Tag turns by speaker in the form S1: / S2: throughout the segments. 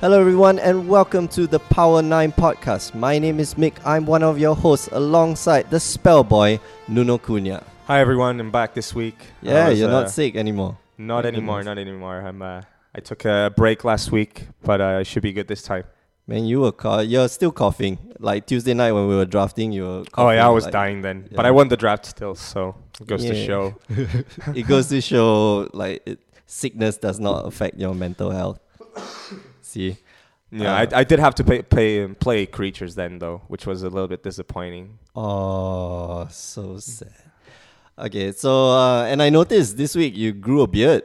S1: Hello, everyone, and welcome to the Power 9 podcast. My name is Mick. I'm one of your hosts alongside the spellboy, Nuno Cunha.
S2: Hi everyone, I'm back this week. I
S1: Yeah,
S2: was,
S1: you're
S2: uh,
S1: not sick anymore.
S2: Not
S1: Thank
S2: anymore,
S1: goodness.
S2: not anymore. I'm uh, I took a break last week, but uh, I should be good this time. Oh,
S1: Man, you were co- you're still coughing. Like Tuesday night when we were drafting, you were coughing.
S2: oh yeah, I was
S1: like-
S2: dying then, but
S1: yeah.
S2: I won the draft still, so it goes to
S1: Yeah.
S2: show.
S1: It goes to show, like, it, sickness does not affect your mental health. See?
S2: Yeah,
S1: Uh,
S2: I, I did have to play play um, play creatures then though, which was a little bit disappointing.
S1: Oh, so sad. Okay, so, uh, and I noticed this week you grew a beard.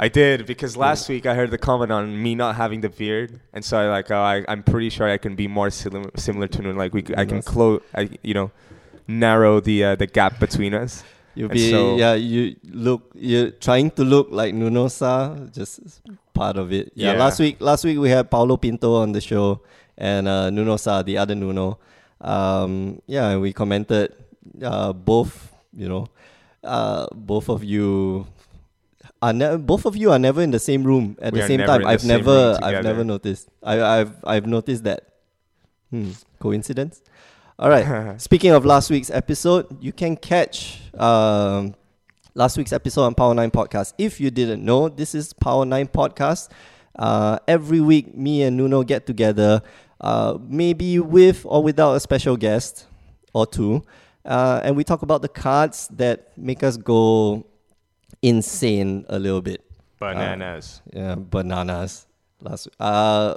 S2: I did because last week I heard the comment on me not having the beard, and so I like oh, I I'm pretty sure I can be more similar similar to Nuno, like we c- I can
S1: Nice.
S2: close I you know narrow the uh, the gap between us.
S1: You
S2: And
S1: be
S2: so-
S1: yeah. You look. You're trying to look like Nuno Sa, just part of it. Yeah,
S2: Yeah.
S1: Last week, last week we had Paulo Pinto on the show, and uh, Nuno Sa, the other Nuno. Um, yeah, we commented. Uh, both you know, uh, both of you are ne- both of you are never in the same room at
S2: We
S1: the
S2: are
S1: same
S2: never
S1: time.
S2: in the
S1: I've
S2: same
S1: never,
S2: room
S1: I've
S2: together.
S1: never noticed. I, I've, I've noticed that. Hmm. Coincidence. All right.
S2: Uh-huh.
S1: Speaking of last week's episode, you can catch um, last week's episode on Power 9 Podcast. If you didn't know, this is Power 9 Podcast. Uh, every week, me and Nuno get together, uh, maybe with or without a special guest or two, uh, and we talk about the cards that make us go insane a little bit
S2: Bananas.
S1: yeah, bananas last week. Uh,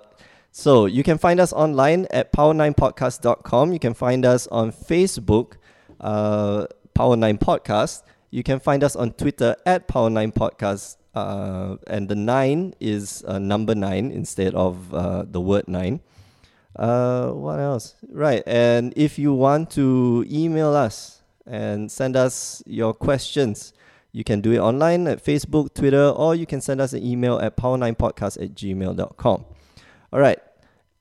S1: so you can find us online at power9podcast.com. You can find us on Facebook, uh, Power9 Podcast. You can find us on Twitter at Power9 Podcast. Uh, and the nine is uh, number nine instead of uh, the word nine. Uh, what else? Right. And if you want to email us and send us your questions, you can do it online at Facebook, Twitter, or you can send us an email at power9podcast at gmail.com. All right.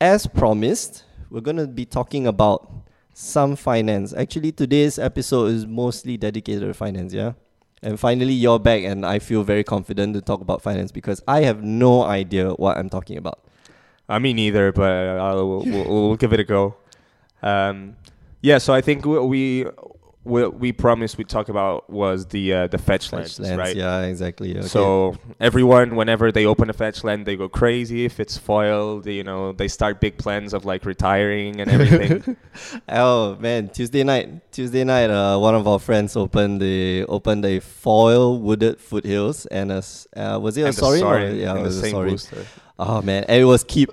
S1: As promised, we're going to be talking about some finance. Actually, today's episode is mostly dedicated to finance, yeah? And finally, you're back, and I feel very confident to talk about finance because I have no idea what I'm talking about.
S2: I mean, Uh, neither, but I'll, we'll, we'll, we'll give it a go. Um, yeah, so I think we, we what we promised we'd talk about was the uh, the fetch lands,
S1: Lands,
S2: right?
S1: Yeah, exactly. Okay.
S2: So everyone, whenever they open a fetch land, they go crazy. If it's foil, they, you know, they start big plans of like retiring and everything.
S1: Oh man, Tuesday night, Tuesday night, uh, one of our friends opened the opened a foil wooded foothills and a s- uh, was it a
S2: and
S1: sorry?
S2: the sorry,
S1: yeah, it
S2: and the
S1: was a
S2: same
S1: sorry.
S2: booster.
S1: Oh man, and it was keep.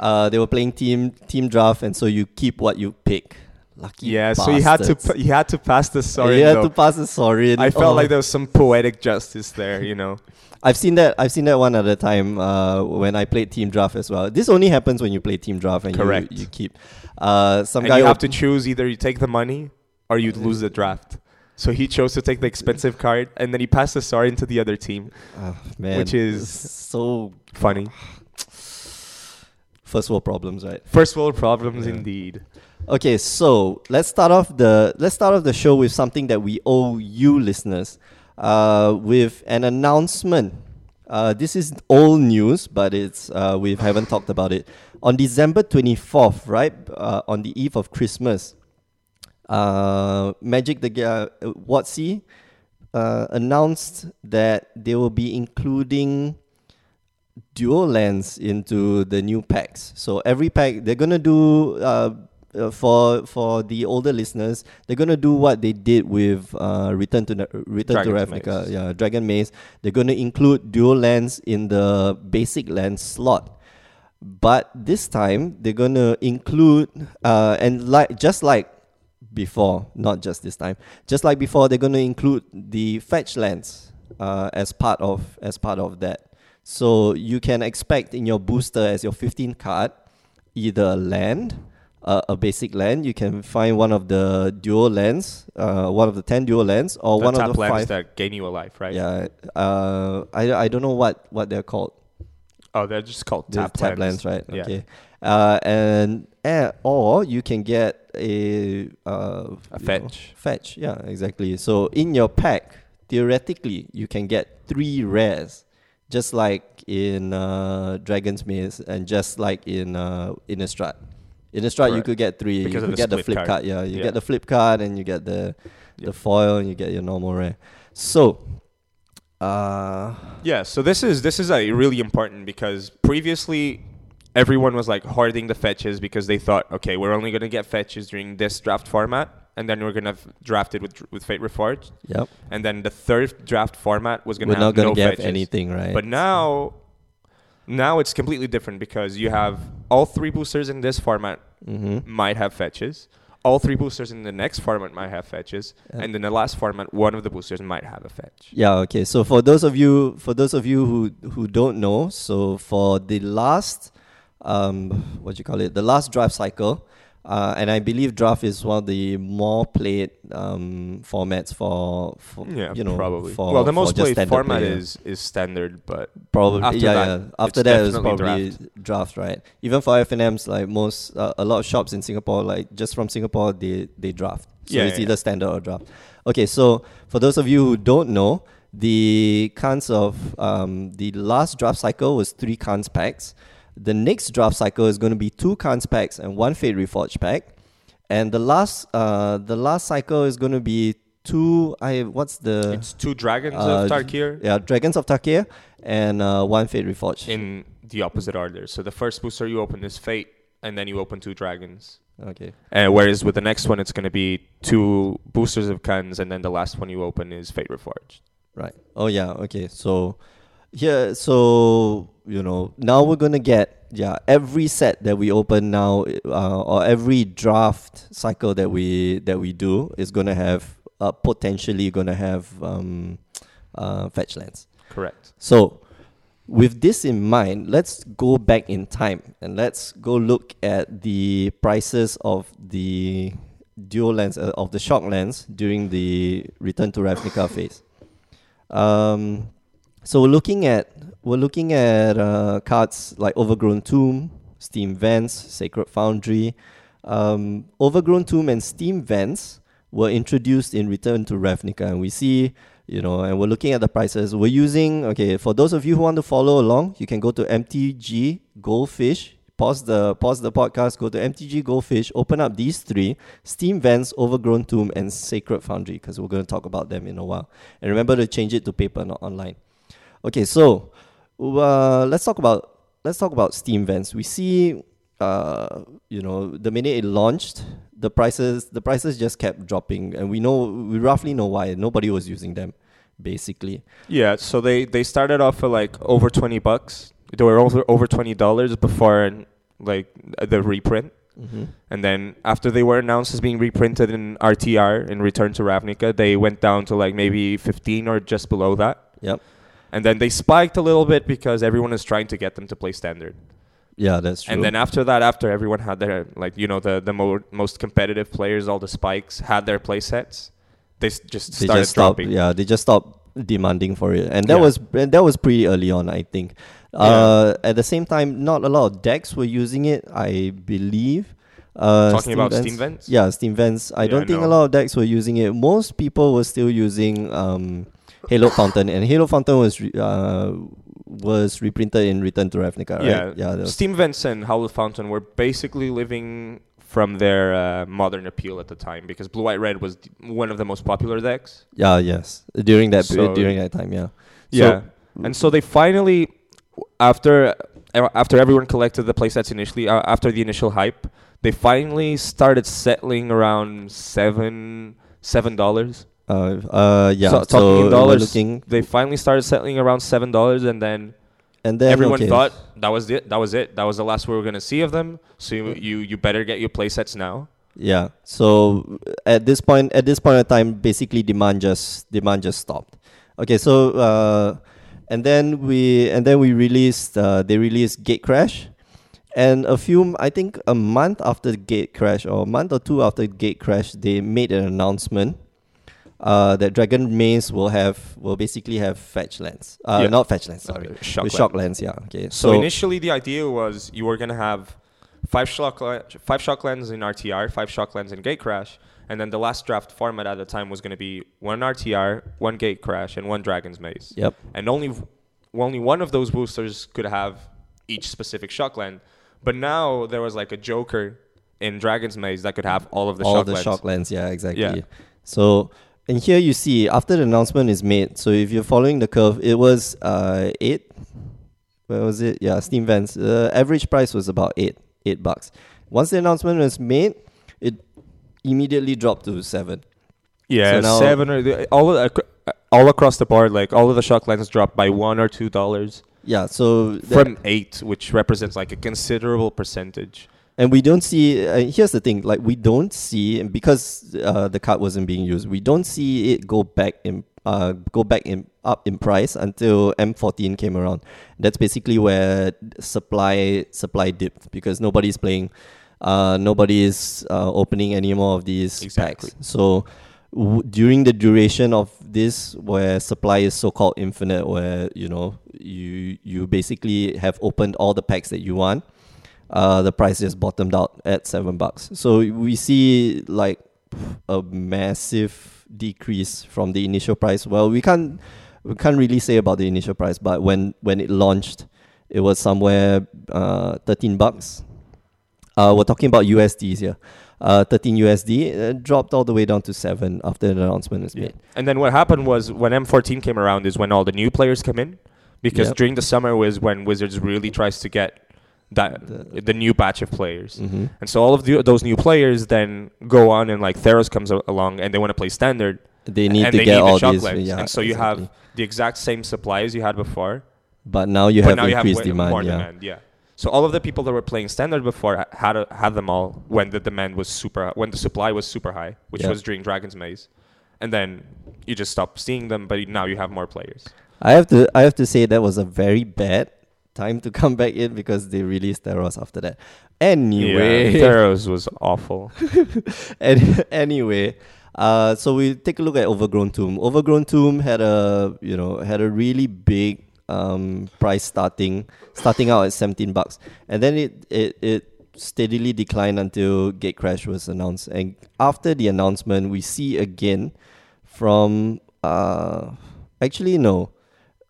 S1: Uh, they were playing team team draft, and so you keep what you pick. Lucky.
S2: Yeah, so you had to
S1: bastards.
S2: pa- you had to pass the sorry.
S1: you had
S2: though.
S1: to pass the sorry.
S2: I felt
S1: Oh.
S2: like there was some poetic justice there, you know.
S1: I've seen that. I've seen that one other time uh, when I played team draft as well. This only happens when you play team draft and you-
S2: Correct.
S1: You, keep. Uh, some
S2: and
S1: guy
S2: you have
S1: op-
S2: to choose either you take the money or you lose the draft. So he chose to take the expensive card, and then he passed the sorry into the other team.
S1: Oh, man,
S2: which is-
S1: so
S2: Funny.
S1: first world problems, right?
S2: First world problems,
S1: Yeah.
S2: indeed.
S1: Okay, so let's start off the let's start off the show with something that we owe you listeners, uh, with an announcement. Uh, this is old news, but it's uh, we haven't talked about it. On December twenty fourth, right, uh, on the eve of Christmas, uh, Magic the Ga- uh, Watsy uh, announced that they will be including dual lands into the new packs. So every pack they're gonna do uh, uh, for for the older listeners, they're gonna do what they did with uh, Return to Na- Return to
S2: Dragon's
S1: Ravnica,
S2: Maze.
S1: yeah, Dragon Maze. They're gonna include dual lands in the basic land slot. But this time they're gonna include uh, and like just like before, not just this time, just like before, they're gonna include the fetch lands uh, as part of as part of that. So you can expect in your booster as your 15 card either a land, uh, a basic land. You can find one of the dual lands, uh, one of the 10 dual lands, or
S2: the
S1: one
S2: tap
S1: of the
S2: lands
S1: five.
S2: that gain you a life, right?
S1: Yeah, uh, I, I don't know what, what they're called.
S2: Oh, they're just called
S1: The
S2: tap,
S1: tap lands,
S2: lands.
S1: right?
S2: Yeah.
S1: Okay. uh, and, and or you can get a uh,
S2: A
S1: you know,
S2: fetch.
S1: fetch, yeah, exactly. So in your pack, theoretically, you can get three rares, just like in uh, Dragon's Maze and just like in uh, Innistrad. Innistrad, you
S2: Correct.
S1: could get three.
S2: Because
S1: you
S2: of
S1: could
S2: the
S1: get the
S2: split
S1: flip card.
S2: card.
S1: Yeah, you
S2: Yeah.
S1: get the flip card and you get the the
S2: Yep.
S1: foil and you get your normal rare. So, uh,
S2: Yeah, so this is this is a really important because previously everyone was like hoarding the fetches because they thought, okay, we're only gonna get fetches during this draft format, and then we're gonna f- draft it with with Fate Reforged,
S1: yep,
S2: and then the third draft format was gonna
S1: we're
S2: have
S1: not gonna
S2: no
S1: get
S2: fetches.
S1: anything, right?
S2: But now, now it's completely different because you have all three boosters in this format
S1: Mhm.
S2: might have fetches. All three boosters in the next format might have fetches,
S1: Yeah.
S2: and in the last format, one of the boosters might have a fetch.
S1: Yeah, okay. So for those of you for those of you who who don't know, so for the last um what do you call it? The last draft cycle, uh, and I believe draft is one of the more played um formats for, for
S2: Yeah,
S1: you know
S2: probably.
S1: for
S2: well, the
S1: for
S2: most
S1: just
S2: played
S1: standard
S2: format
S1: player.
S2: is is standard, but
S1: probably
S2: after
S1: yeah,
S2: that,
S1: yeah. After
S2: it's
S1: that it's
S2: definitely
S1: probably draft. right? Even for FNMs like most uh, a lot of shops in Singapore like just from Singapore they they draft. So
S2: Yeah,
S1: it's
S2: yeah,
S1: either standard or draft. Okay, so for those of you who don't know, the cans of um, the last draft cycle was three cans packs. The next draft cycle is going to be two cans packs and one Fate Reforged pack, and the last uh, the last cycle is going to be two. I what's the
S2: it's two dragons
S1: uh,
S2: of Tarkir
S1: yeah Dragons of Takir and uh, one Fate Reforged.
S2: in the opposite order. So the first booster you open is Fate, and then you open two dragons.
S1: okay,
S2: Uh, whereas with the next one, it's going to be two boosters of Khans, and then the last one you open is Fate Reforged.
S1: right. Oh yeah. Okay. So yeah. So you know now we're gonna get yeah every set that we open now uh, or every draft cycle that we that we do is gonna have uh, potentially gonna have um, uh, fetch lands.
S2: Correct.
S1: So, with this in mind, let's go back in time and let's go look at the prices of the dual lens uh, of the shock lens during the return to Ravnica phase. Um, so we're looking at we're looking at uh, cards like Overgrown Tomb, Steam Vents, Sacred Foundry. Um, Overgrown Tomb and Steam Vents were introduced in Return to Ravnica, and we see you know, and we're looking at the prices. We're using okay for those of you who want to follow along, you can go to MTG Goldfish. Pause the pause the podcast. Go to MTG Goldfish. Open up these three: Steam Vents, Overgrown Tomb, and Sacred Foundry, because we're going to talk about them in a while. And remember to change it to paper, not online. Okay, so uh, let's talk about let's talk about Steam Vents. We see, uh, you know, the minute it launched, the prices the prices just kept dropping, and we know we roughly know why. Nobody was using them, basically.
S2: Yeah, so they, they started off for like over 20 bucks. They were over, over $20 before like uh, the reprint.
S1: Mm-hmm.
S2: And then after they were announced as being reprinted in RTR in Return to Ravnica, they went down to like maybe 15 or just below that.
S1: Yep.
S2: And then they spiked a little bit because everyone is trying to get them to play standard.
S1: Yeah, that's true.
S2: And then after that, after everyone had their like you know the the mo- most competitive players, all the spikes had their play sets, they s- just
S1: they
S2: started
S1: just stopped.
S2: dropping.
S1: Yeah, they just stopped demanding for it, and that
S2: Yeah.
S1: was and that was pretty early on, I think. Uh, At the same time, not a lot of decks were using it, I believe. Uh,
S2: Talking about Steam Vents?
S1: Yeah, Steam Vents. I
S2: Yeah,
S1: don't
S2: I
S1: think a
S2: know.
S1: lot of decks were using it. Most people were still using um, Halo Fountain, and Halo Fountain was re- uh, was reprinted in Return to Ravnica, right?
S2: Yeah.
S1: yeah. that was-
S2: Steam Vents and Howl of Fountain were basically living from their uh, modern appeal at the time because Blue White Red was d- one of the most popular decks.
S1: yeah, yes. During that period,
S2: So-
S1: during that time, yeah.
S2: Yeah,
S1: So-
S2: and so they finally, after after everyone collected the playsets initially, uh, after the initial hype, they finally started settling around seven seven dollars.
S1: Uh, uh, yeah.
S2: So,
S1: So,
S2: talking in
S1: we're
S2: dollars,
S1: looking,
S2: They finally started settling around seven dollars, and then,
S1: and then
S2: everyone
S1: okay.
S2: thought that was it. That was it. That was the last we were gonna see of them. So you you, you better get your playsets now.
S1: Yeah. So at this point, at this point of time, basically demand just demand just stopped. Okay. So uh, and then we and then we released uh, they released Gate Crash, and a few I think a month after Gate Crash or a month or two after Gate Crash, they made an announcement. Uh, that Dragon Maze will have will basically have fetch lands. Uh,
S2: Yeah.
S1: not fetch lands. Sorry,
S2: Uh, shock
S1: with
S2: lab.
S1: shock lands. Yeah. Okay. So,
S2: So, initially the idea was you were gonna have five shock la- five shock lands in RTR, five shock lands in gate crash, and then the last draft format at the time was going to be one RTR, one gate crash, and one dragon's maze.
S1: Yep.
S2: And only v- only one of those boosters could have each specific shock land. But now there was like a joker in dragon's maze that could have all of the
S1: all
S2: shock
S1: the
S2: lands.
S1: shock lens. Yeah, exactly.
S2: Yeah.
S1: So, and here you see after the announcement is made. So if you're following the curve, it was uh eight. Where was it? Yeah, Steam Vents. The average price was about eight, eight bucks. Once the announcement was made, it immediately dropped to seven. So
S2: Yeah,
S1: now-
S2: seven or the, all of the, all across the board, like all of the shock lands dropped by one or two dollars
S1: Yeah. So the-
S2: from eight, which represents like a considerable percentage.
S1: and we don't see. Uh, here's the thing: like we don't see, and because uh, the card wasn't being used, we don't see it go back in, uh, go back in up in price until M14 came around. That's basically where supply supply dipped because nobody's playing, uh, nobody's uh, opening any more of these
S2: Exactly.
S1: packs. So. W- during the duration of this, where supply is so-called infinite, where you know you you basically have opened all the packs that you want, uh, the price just bottomed out at seven bucks. So we see like a massive decrease from the initial price. Well, we can't we can't really say about the initial price, but when when it launched, it was somewhere uh, thirteen bucks. Uh, we're talking about USDs here. Uh, 13 USD uh, dropped all the way down to seven after the announcement is made.
S2: And then what happened was when M14 came around is when all the new players come in, because
S1: Yep.
S2: during the summer was when Wizards really tries to get that
S1: The-
S2: the, new batch of players.
S1: Mm-hmm.
S2: And so all of the, those new players then go on and like Theros comes a- along and they want to play standard.
S1: They need
S2: and
S1: to
S2: they
S1: get
S2: need
S1: all
S2: the shock
S1: these,
S2: lands.
S1: yeah,
S2: and so you
S1: exactly.
S2: have the exact same supply as you had before,
S1: but now you
S2: but
S1: have
S2: now you have
S1: increased
S2: way
S1: demand.
S2: more
S1: yeah.
S2: demand. Yeah. So all of the people that were playing standard before ha- had a, had them all when the demand was super when the supply was super high, which
S1: Yeah.
S2: was during Dragon's Maze, and then you just stop seeing them. But now you have more players.
S1: I have to I have to say that was a very bad time to come back in because they released Theros after that. Anyway,
S2: Yeah, Theros was awful.
S1: Any- anyway, uh, so we take a look at Overgrown Tomb. Overgrown Tomb had a you know had a really big um, price starting starting out at seventeen bucks, and then it it it steadily declined until Gate Crash was announced. And after the announcement, we see again from uh, actually no.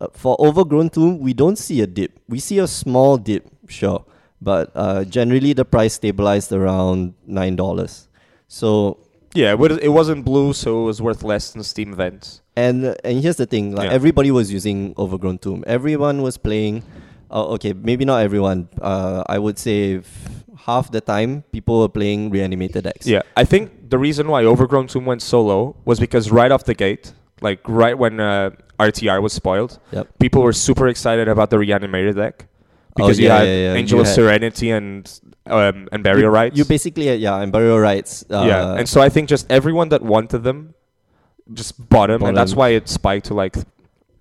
S1: Uh, for overgrown tomb, we don't see a dip. We see a small dip, sure, but uh, generally the price stabilized around nine dollars. So
S2: yeah, it, was, it wasn't blue, so it was worth less than Steam events.
S1: and and here's the thing, like
S2: Yeah.
S1: everybody was using Overgrown Tomb. Everyone was playing. Uh, okay, maybe not everyone. Uh, I would say f- half the time people were playing reanimated decks.
S2: Yeah, I think the reason why Overgrown Tomb went so low was because right off the gate, like right when uh, RTR was spoiled,
S1: Yep.
S2: people were super excited about the reanimated
S1: Oh,
S2: deck because
S1: yeah,
S2: you had
S1: yeah, yeah,
S2: Angel
S1: you
S2: of
S1: had-
S2: Serenity and um, and Burial
S1: you,
S2: Rites.
S1: You basically had- yeah, and burial rights. Uh,
S2: yeah, and so I think just everyone that wanted them just bought them,
S1: Bought
S2: and that's
S1: them.
S2: why it spiked to like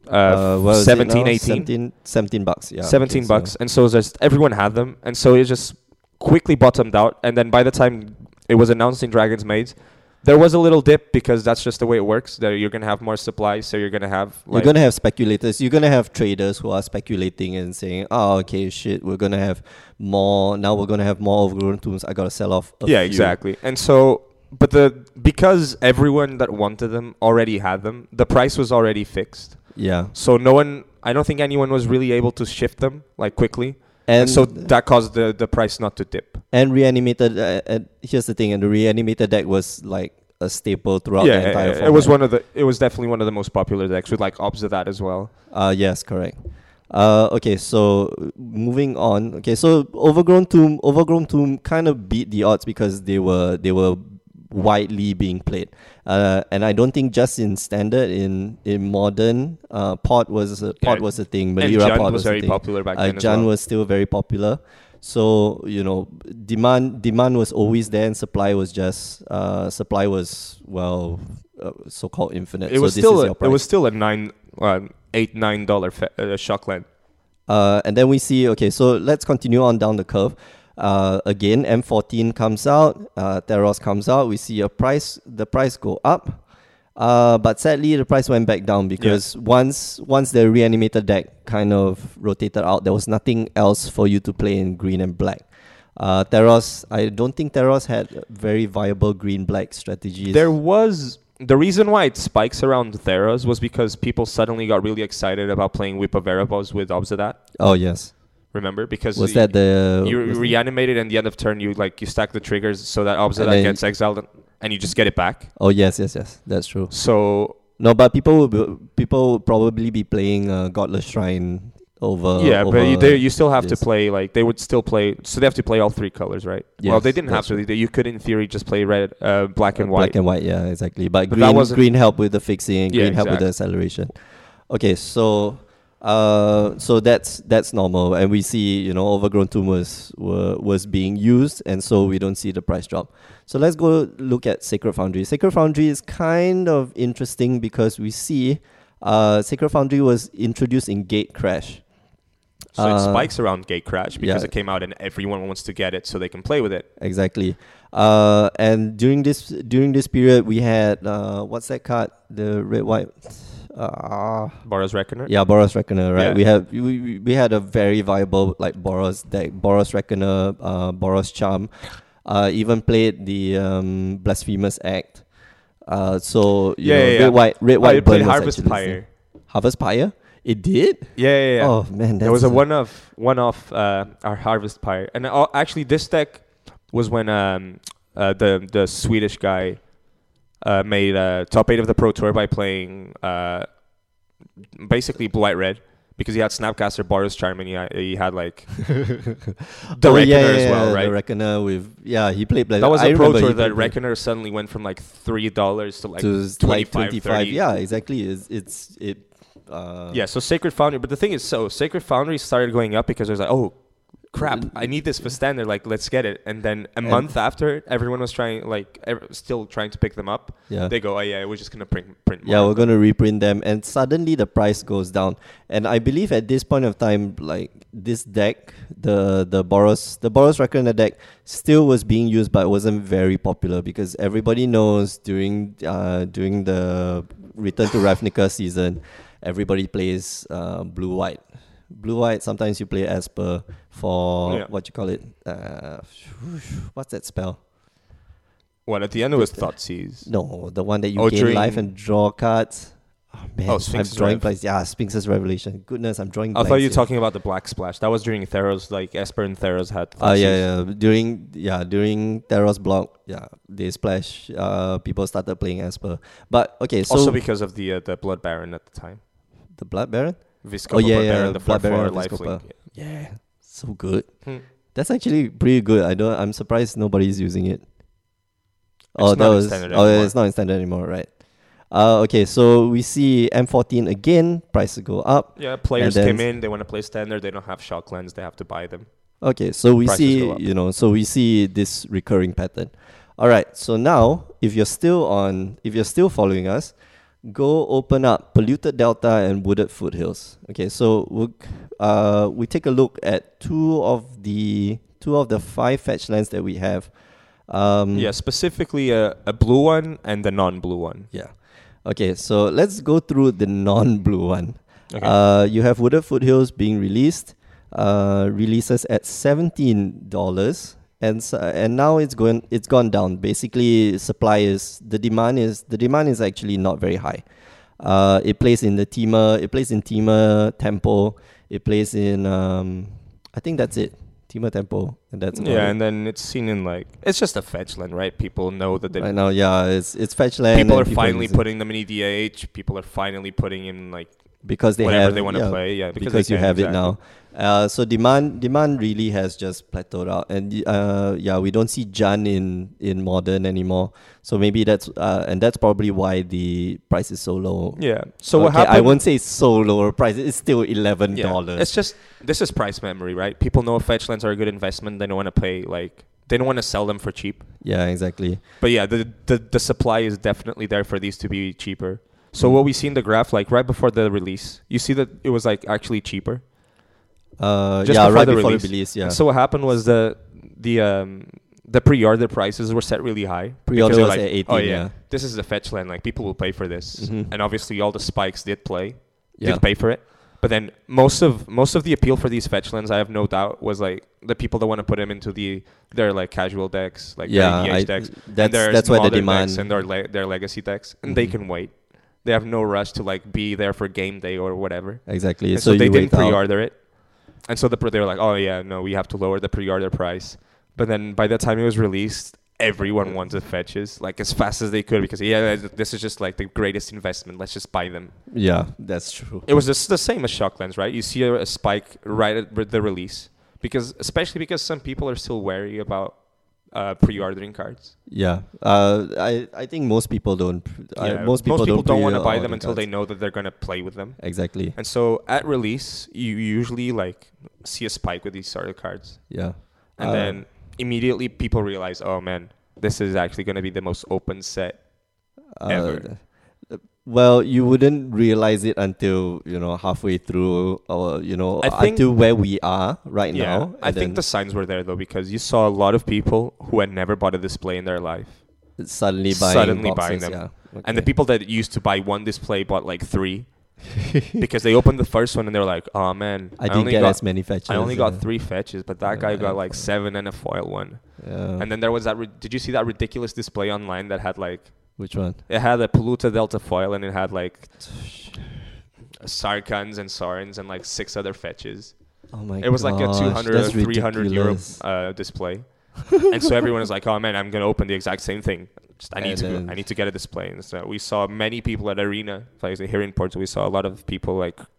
S2: uh,
S1: uh, what was it now?
S2: 17, 18.
S1: 17, 17 bucks. Yeah,
S2: 17
S1: okay, so-
S2: bucks. And so just everyone had them. And so it just quickly bottomed out. And then by the time it was announced in Dragon's Maid, there was a little dip because that's just the way it works. That you're going to have more supply. So you're going to have like.
S1: you're gonna have speculators. You're gonna have traders who are speculating and saying, "Oh, okay, shit, we're gonna have more. Now we're gonna have more overgrown tombs. I gotta sell off." A
S2: yeah,
S1: few."
S2: exactly. And so, but the because everyone that wanted them already had them, the price was already fixed.
S1: Yeah,
S2: So no one, I don't think anyone was really able to shift them like quickly. And,
S1: and
S2: so that caused the, the price not to dip.
S1: and reanimated. Uh, and here's the thing, and the reanimated deck was like a staple throughout the entire.
S2: it, it was
S1: format.
S2: one of the it was definitely one of the most popular decks with like obs of that as well.
S1: Uh, yes, correct. Uh, okay, so uh, moving on. Okay, so Overgrown Tomb, Overgrown Tomb kind of beat the odds because they were they were widely being played, uh, and I don't think just in standard in in modern, uh, Pod was a, Pod
S2: Yeah,
S1: was a thing.
S2: and
S1: Malira
S2: Jund
S1: Pod
S2: was,
S1: a
S2: very
S1: thing.
S2: popular back
S1: Uh,
S2: then. as
S1: Jan
S2: well.
S1: was still very popular. So you know, demand demand was always there, and supply was just uh, supply was well, uh, so called infinite.
S2: it
S1: so
S2: was
S1: this
S2: still
S1: is
S2: a,
S1: your
S2: it
S1: price.
S2: was still a nine uh, eight nine dollar fe- uh, shockland.
S1: Uh, and then we see, okay, so let's continue on down the curve. Uh, again, M14 comes out, uh, Theros comes out. We see a price, the price go up, uh, but sadly the price went back down because once once the reanimated deck kind of rotated out, there was nothing else for you to play in green and black. Uh, Teros, I don't think Teros had very viable green black strategies.
S2: There was the reason why it spikes around Theros was because people suddenly got really excited about playing Whip of Erebos with Obsidat.
S1: oh yes,
S2: Remember? Because
S1: was
S2: y-
S1: that the
S2: you
S1: was-
S2: reanimated and the end of turn you like you stack the triggers so that Obsidian
S1: then-
S2: gets exiled and you just get it back.
S1: Oh yes, yes, yes, that's true.
S2: So
S1: No, but people would be, people would probably be playing uh, Godless Shrine over.
S2: yeah, but you,
S1: Uh, over-
S2: they, you still have
S1: yes.
S2: to play like they would still play. So they have to play all three colors, right? well, they
S1: Yes,
S2: didn't have
S1: that's
S2: to. They, you could in theory just play red, uh, black and white.
S1: Black and white, yeah, exactly. But,
S2: But that
S1: green,
S2: wasn't-
S1: green help with the fixing,
S2: Yeah,
S1: green help with the acceleration. Okay, so uh, so that's that's normal, and we see you know overgrown tumors were was being used, and so we don't see the price drop. So let's go look at Sacred Foundry. Sacred Foundry is kind of interesting because we see uh, Sacred Foundry was introduced in Gate Crash.
S2: so
S1: uh,
S2: it spikes around Gate Crash because
S1: yeah.
S2: it came out and everyone wants to get it so they can play with it.
S1: exactly. Uh, and during this during this period, we had uh, what's that card? The red white. Uh,
S2: Boros Reckoner.
S1: yeah, Boros Reckoner, right?
S2: Yeah.
S1: We have we, we- we had a very viable like Boros deck, Boros Reckoner, uh, Boros Charm. Uh, even played the um, Blasphemous Act. Uh, so you
S2: Yeah,
S1: know,
S2: yeah,
S1: red
S2: yeah.
S1: white, red
S2: Oh,
S1: white
S2: it
S1: burn
S2: played
S1: was
S2: Harvest
S1: actually the
S2: Pyre.
S1: same. Harvest Pyre, it did.
S2: Yeah, yeah, yeah.
S1: Oh man, that's
S2: there was a one off one off uh, our harvest pyre, and uh, actually this deck was when um, uh, the the Swedish guy uh, made uh, top eight of the pro tour by playing uh, basically white red because he had Snapcaster, Boros Charm, and he had, he had like the
S1: Oh,
S2: Reckoner
S1: yeah, yeah,
S2: as well,
S1: yeah,
S2: right?
S1: The Reckoner with yeah, he played. Blas-
S2: that was
S1: I
S2: a pro
S1: remember he
S2: tour that
S1: played Blas-
S2: Reckoner suddenly went from like three dollars to like
S1: to s-
S2: 25,
S1: like 25
S2: 30.
S1: yeah exactly it's it's it uh
S2: Yeah, so Sacred Foundry. But the thing is, so Sacred Foundry started going up because there's like, oh, crap, I need this for standard. Like, let's get it. And then a
S1: And-
S2: month after, everyone was trying, like, ev- still trying to pick them up.
S1: yeah
S2: They go, oh yeah, we're just gonna print print.
S1: yeah
S2: more.
S1: we're gonna reprint them and suddenly the price goes down and i believe at this point of time like this deck the the boros the boros reckoner deck still was being used but wasn't very popular because everybody knows during uh during the return to ravnica season everybody plays uh blue white blue white sometimes you play esper for
S2: Yeah.
S1: what you call it uh what's that spell
S2: Well, at the end it was Thoughtseize.
S1: No, the one that you
S2: Oh,
S1: gain
S2: during-
S1: life and draw cards. Oh man,
S2: Oh,
S1: I'm
S2: Sphinx's
S1: drawing
S2: Rev.
S1: blanks. Yeah, Sphinx's Revelation. Goodness, I'm drawing.
S2: I thought
S1: blanks
S2: you were
S1: here.
S2: talking about the Black Splash. That was during Theros, like Esper and Theros had.
S1: Oh
S2: Thoughtseize.
S1: yeah, yeah. During yeah, during Theros block, yeah, they splash. Uh, people started playing Esper, but okay. So
S2: also because of the uh, the Blood Baron at the time.
S1: the Blood Baron. Oh,
S2: Viscopa
S1: yeah,
S2: Blood
S1: yeah,
S2: Baron, the
S1: Blood
S2: Blood
S1: Baron,
S2: Baron,
S1: Viscopa.
S2: lifelink.
S1: Yeah, so good.
S2: Hmm.
S1: That's actually pretty good. I don't. I'm surprised nobody's using it. oh,
S2: not
S1: that
S2: in
S1: was.
S2: standard
S1: Oh,
S2: anymore.
S1: it's not in standard anymore, right? Uh, okay, so we see M14 again. Prices go up.
S2: Yeah, players
S1: then-
S2: came in. They want to play standard. They don't have shock lens. They have to buy them.
S1: Okay, so we
S2: prices
S1: see,
S2: go up.
S1: you know, so we see this recurring pattern. All right, so now if you're still on, if you're still following us, go open up polluted delta and wooded foothills. Okay, so we'll, uh, we take a look at two of the two of the five fetch lands that we have. Um,
S2: Yeah, specifically a, a blue one and the non-blue one.
S1: Yeah. Okay, so let's go through the non-blue one.
S2: Okay.
S1: Uh, you have Wooded Foothills being released, uh, releases at seventeen dollars, and so, and now it's going it's gone down. Basically, supply is the demand is the demand is actually not very high. Uh, it plays in the Tima, it plays in Tima Tempo, it plays in um, I think that's it, Tima Tempo, and that's about
S2: yeah,
S1: it.
S2: and then it's seen in like it's just a fetch land, right? People know that they
S1: right now, yeah, it's it's fetch land.
S2: people
S1: and
S2: are finally
S1: using-
S2: putting them in EDH. People are finally putting in like
S1: because they
S2: whatever
S1: have
S2: they want to
S1: yeah,
S2: play. Yeah,
S1: because,
S2: they
S1: you
S2: can,
S1: have it
S2: exactly.
S1: now. Uh, so demand demand really has just plateaued out, and uh, yeah, we don't see Jan in in modern anymore. So maybe that's uh, and that's probably why the price is so low.
S2: Yeah. So what
S1: Okay,
S2: happened?
S1: I won't say it's so low. Price it's still eleven
S2: yeah, It's
S1: dollars.
S2: just this is price memory, right? People know fetch lands are a good investment. They don't want to pay like they don't want to sell them for cheap.
S1: Yeah, exactly.
S2: But yeah, the, the the supply is definitely there for these to be cheaper.
S1: Mm.
S2: So what we see in the graph, like right before the release, you see that it was like actually cheaper.
S1: Uh,
S2: Just
S1: yeah,
S2: before
S1: right
S2: the
S1: before
S2: release.
S1: the release. Yeah,
S2: And so what happened was the the um the pre-order prices were set really high. because
S1: Pre-order
S2: they're
S1: was at 18,
S2: Oh
S1: yeah."
S2: this is a fetch land. Like people will pay for this,
S1: Mhm.
S2: and obviously all the spikes did play,
S1: yeah.
S2: did pay for it. But then most of most of the appeal for these fetch lands, I have no doubt, was like the people that want to put him into the their like casual decks, like their
S1: Yeah,
S2: EDH
S1: I-
S2: decks,
S1: that's-
S2: and their
S1: that's why the
S2: modern
S1: demand-
S2: decks and their le- their legacy decks, and they
S1: Mhm.
S2: can wait. They have no rush to like be there for game day or whatever.
S1: Exactly.
S2: And
S1: so,
S2: so, they
S1: you
S2: didn't
S1: wait out.
S2: pre-order it, and so the pr- they were like, "Oh yeah, no, we have to lower the pre-order price." But then by the time it was released, everyone wanted fetches like as fast as they could because yeah, this is just like the greatest investment. Let's just buy them.
S1: Yeah, that's true.
S2: It was just the same as Shocklands, right? You see a, a spike right at re- the release because especially because some people are still wary about uh, pre-ordering cards.
S1: Yeah. Uh, I I think most people don't. pr- I-
S2: Yeah,
S1: most people don't,
S2: want to
S1: pre-order
S2: buy
S1: all
S2: them
S1: the
S2: until they
S1: cards.
S2: know that they're going to play with them.
S1: Exactly.
S2: And so at release, you usually like see a spike with these starter cards.
S1: Yeah.
S2: And
S1: Uh,
S2: then immediately people realize, oh man, this is actually going to be the most open set. ever.
S1: th- uh, th- Well, you wouldn't realize it until you know halfway through, or you know,
S2: I think-
S1: until where we are right
S2: yeah.
S1: now.
S2: I
S1: and
S2: think the signs were there though because you saw a lot of people who had never bought a display in their life.
S1: then suddenly buying
S2: suddenly buying
S1: boxes,
S2: them.
S1: Yeah.
S2: And the
S1: Okay.
S2: people that used to buy one display bought like three because they opened the first one and they were like, oh man,
S1: I didn't
S2: only
S1: get
S2: got,
S1: as many fetches.
S2: I only
S1: yeah.
S2: got three fetches, but that
S1: Yeah,
S2: guy
S1: and a
S2: got like
S1: foil.
S2: seven and a foil one.
S1: Yeah.
S2: And then there was that. Re- did you see that ridiculous display online that had like
S1: Which one?
S2: it had a Paluta Delta foil and it had like Sarkans and Sarins and like six other fetches.
S1: Oh my
S2: it was like a
S1: gosh,
S2: 200 or
S1: that's
S2: 300 euro
S1: ridiculous.
S2: uh, display. and so everyone was like, oh man, I'm going to open the exact same thing. Just, I, need
S1: And
S2: to,
S1: then-
S2: I need to get a display. And so we saw many people at Arena, like here in Porto, we saw a lot of people like
S1: They're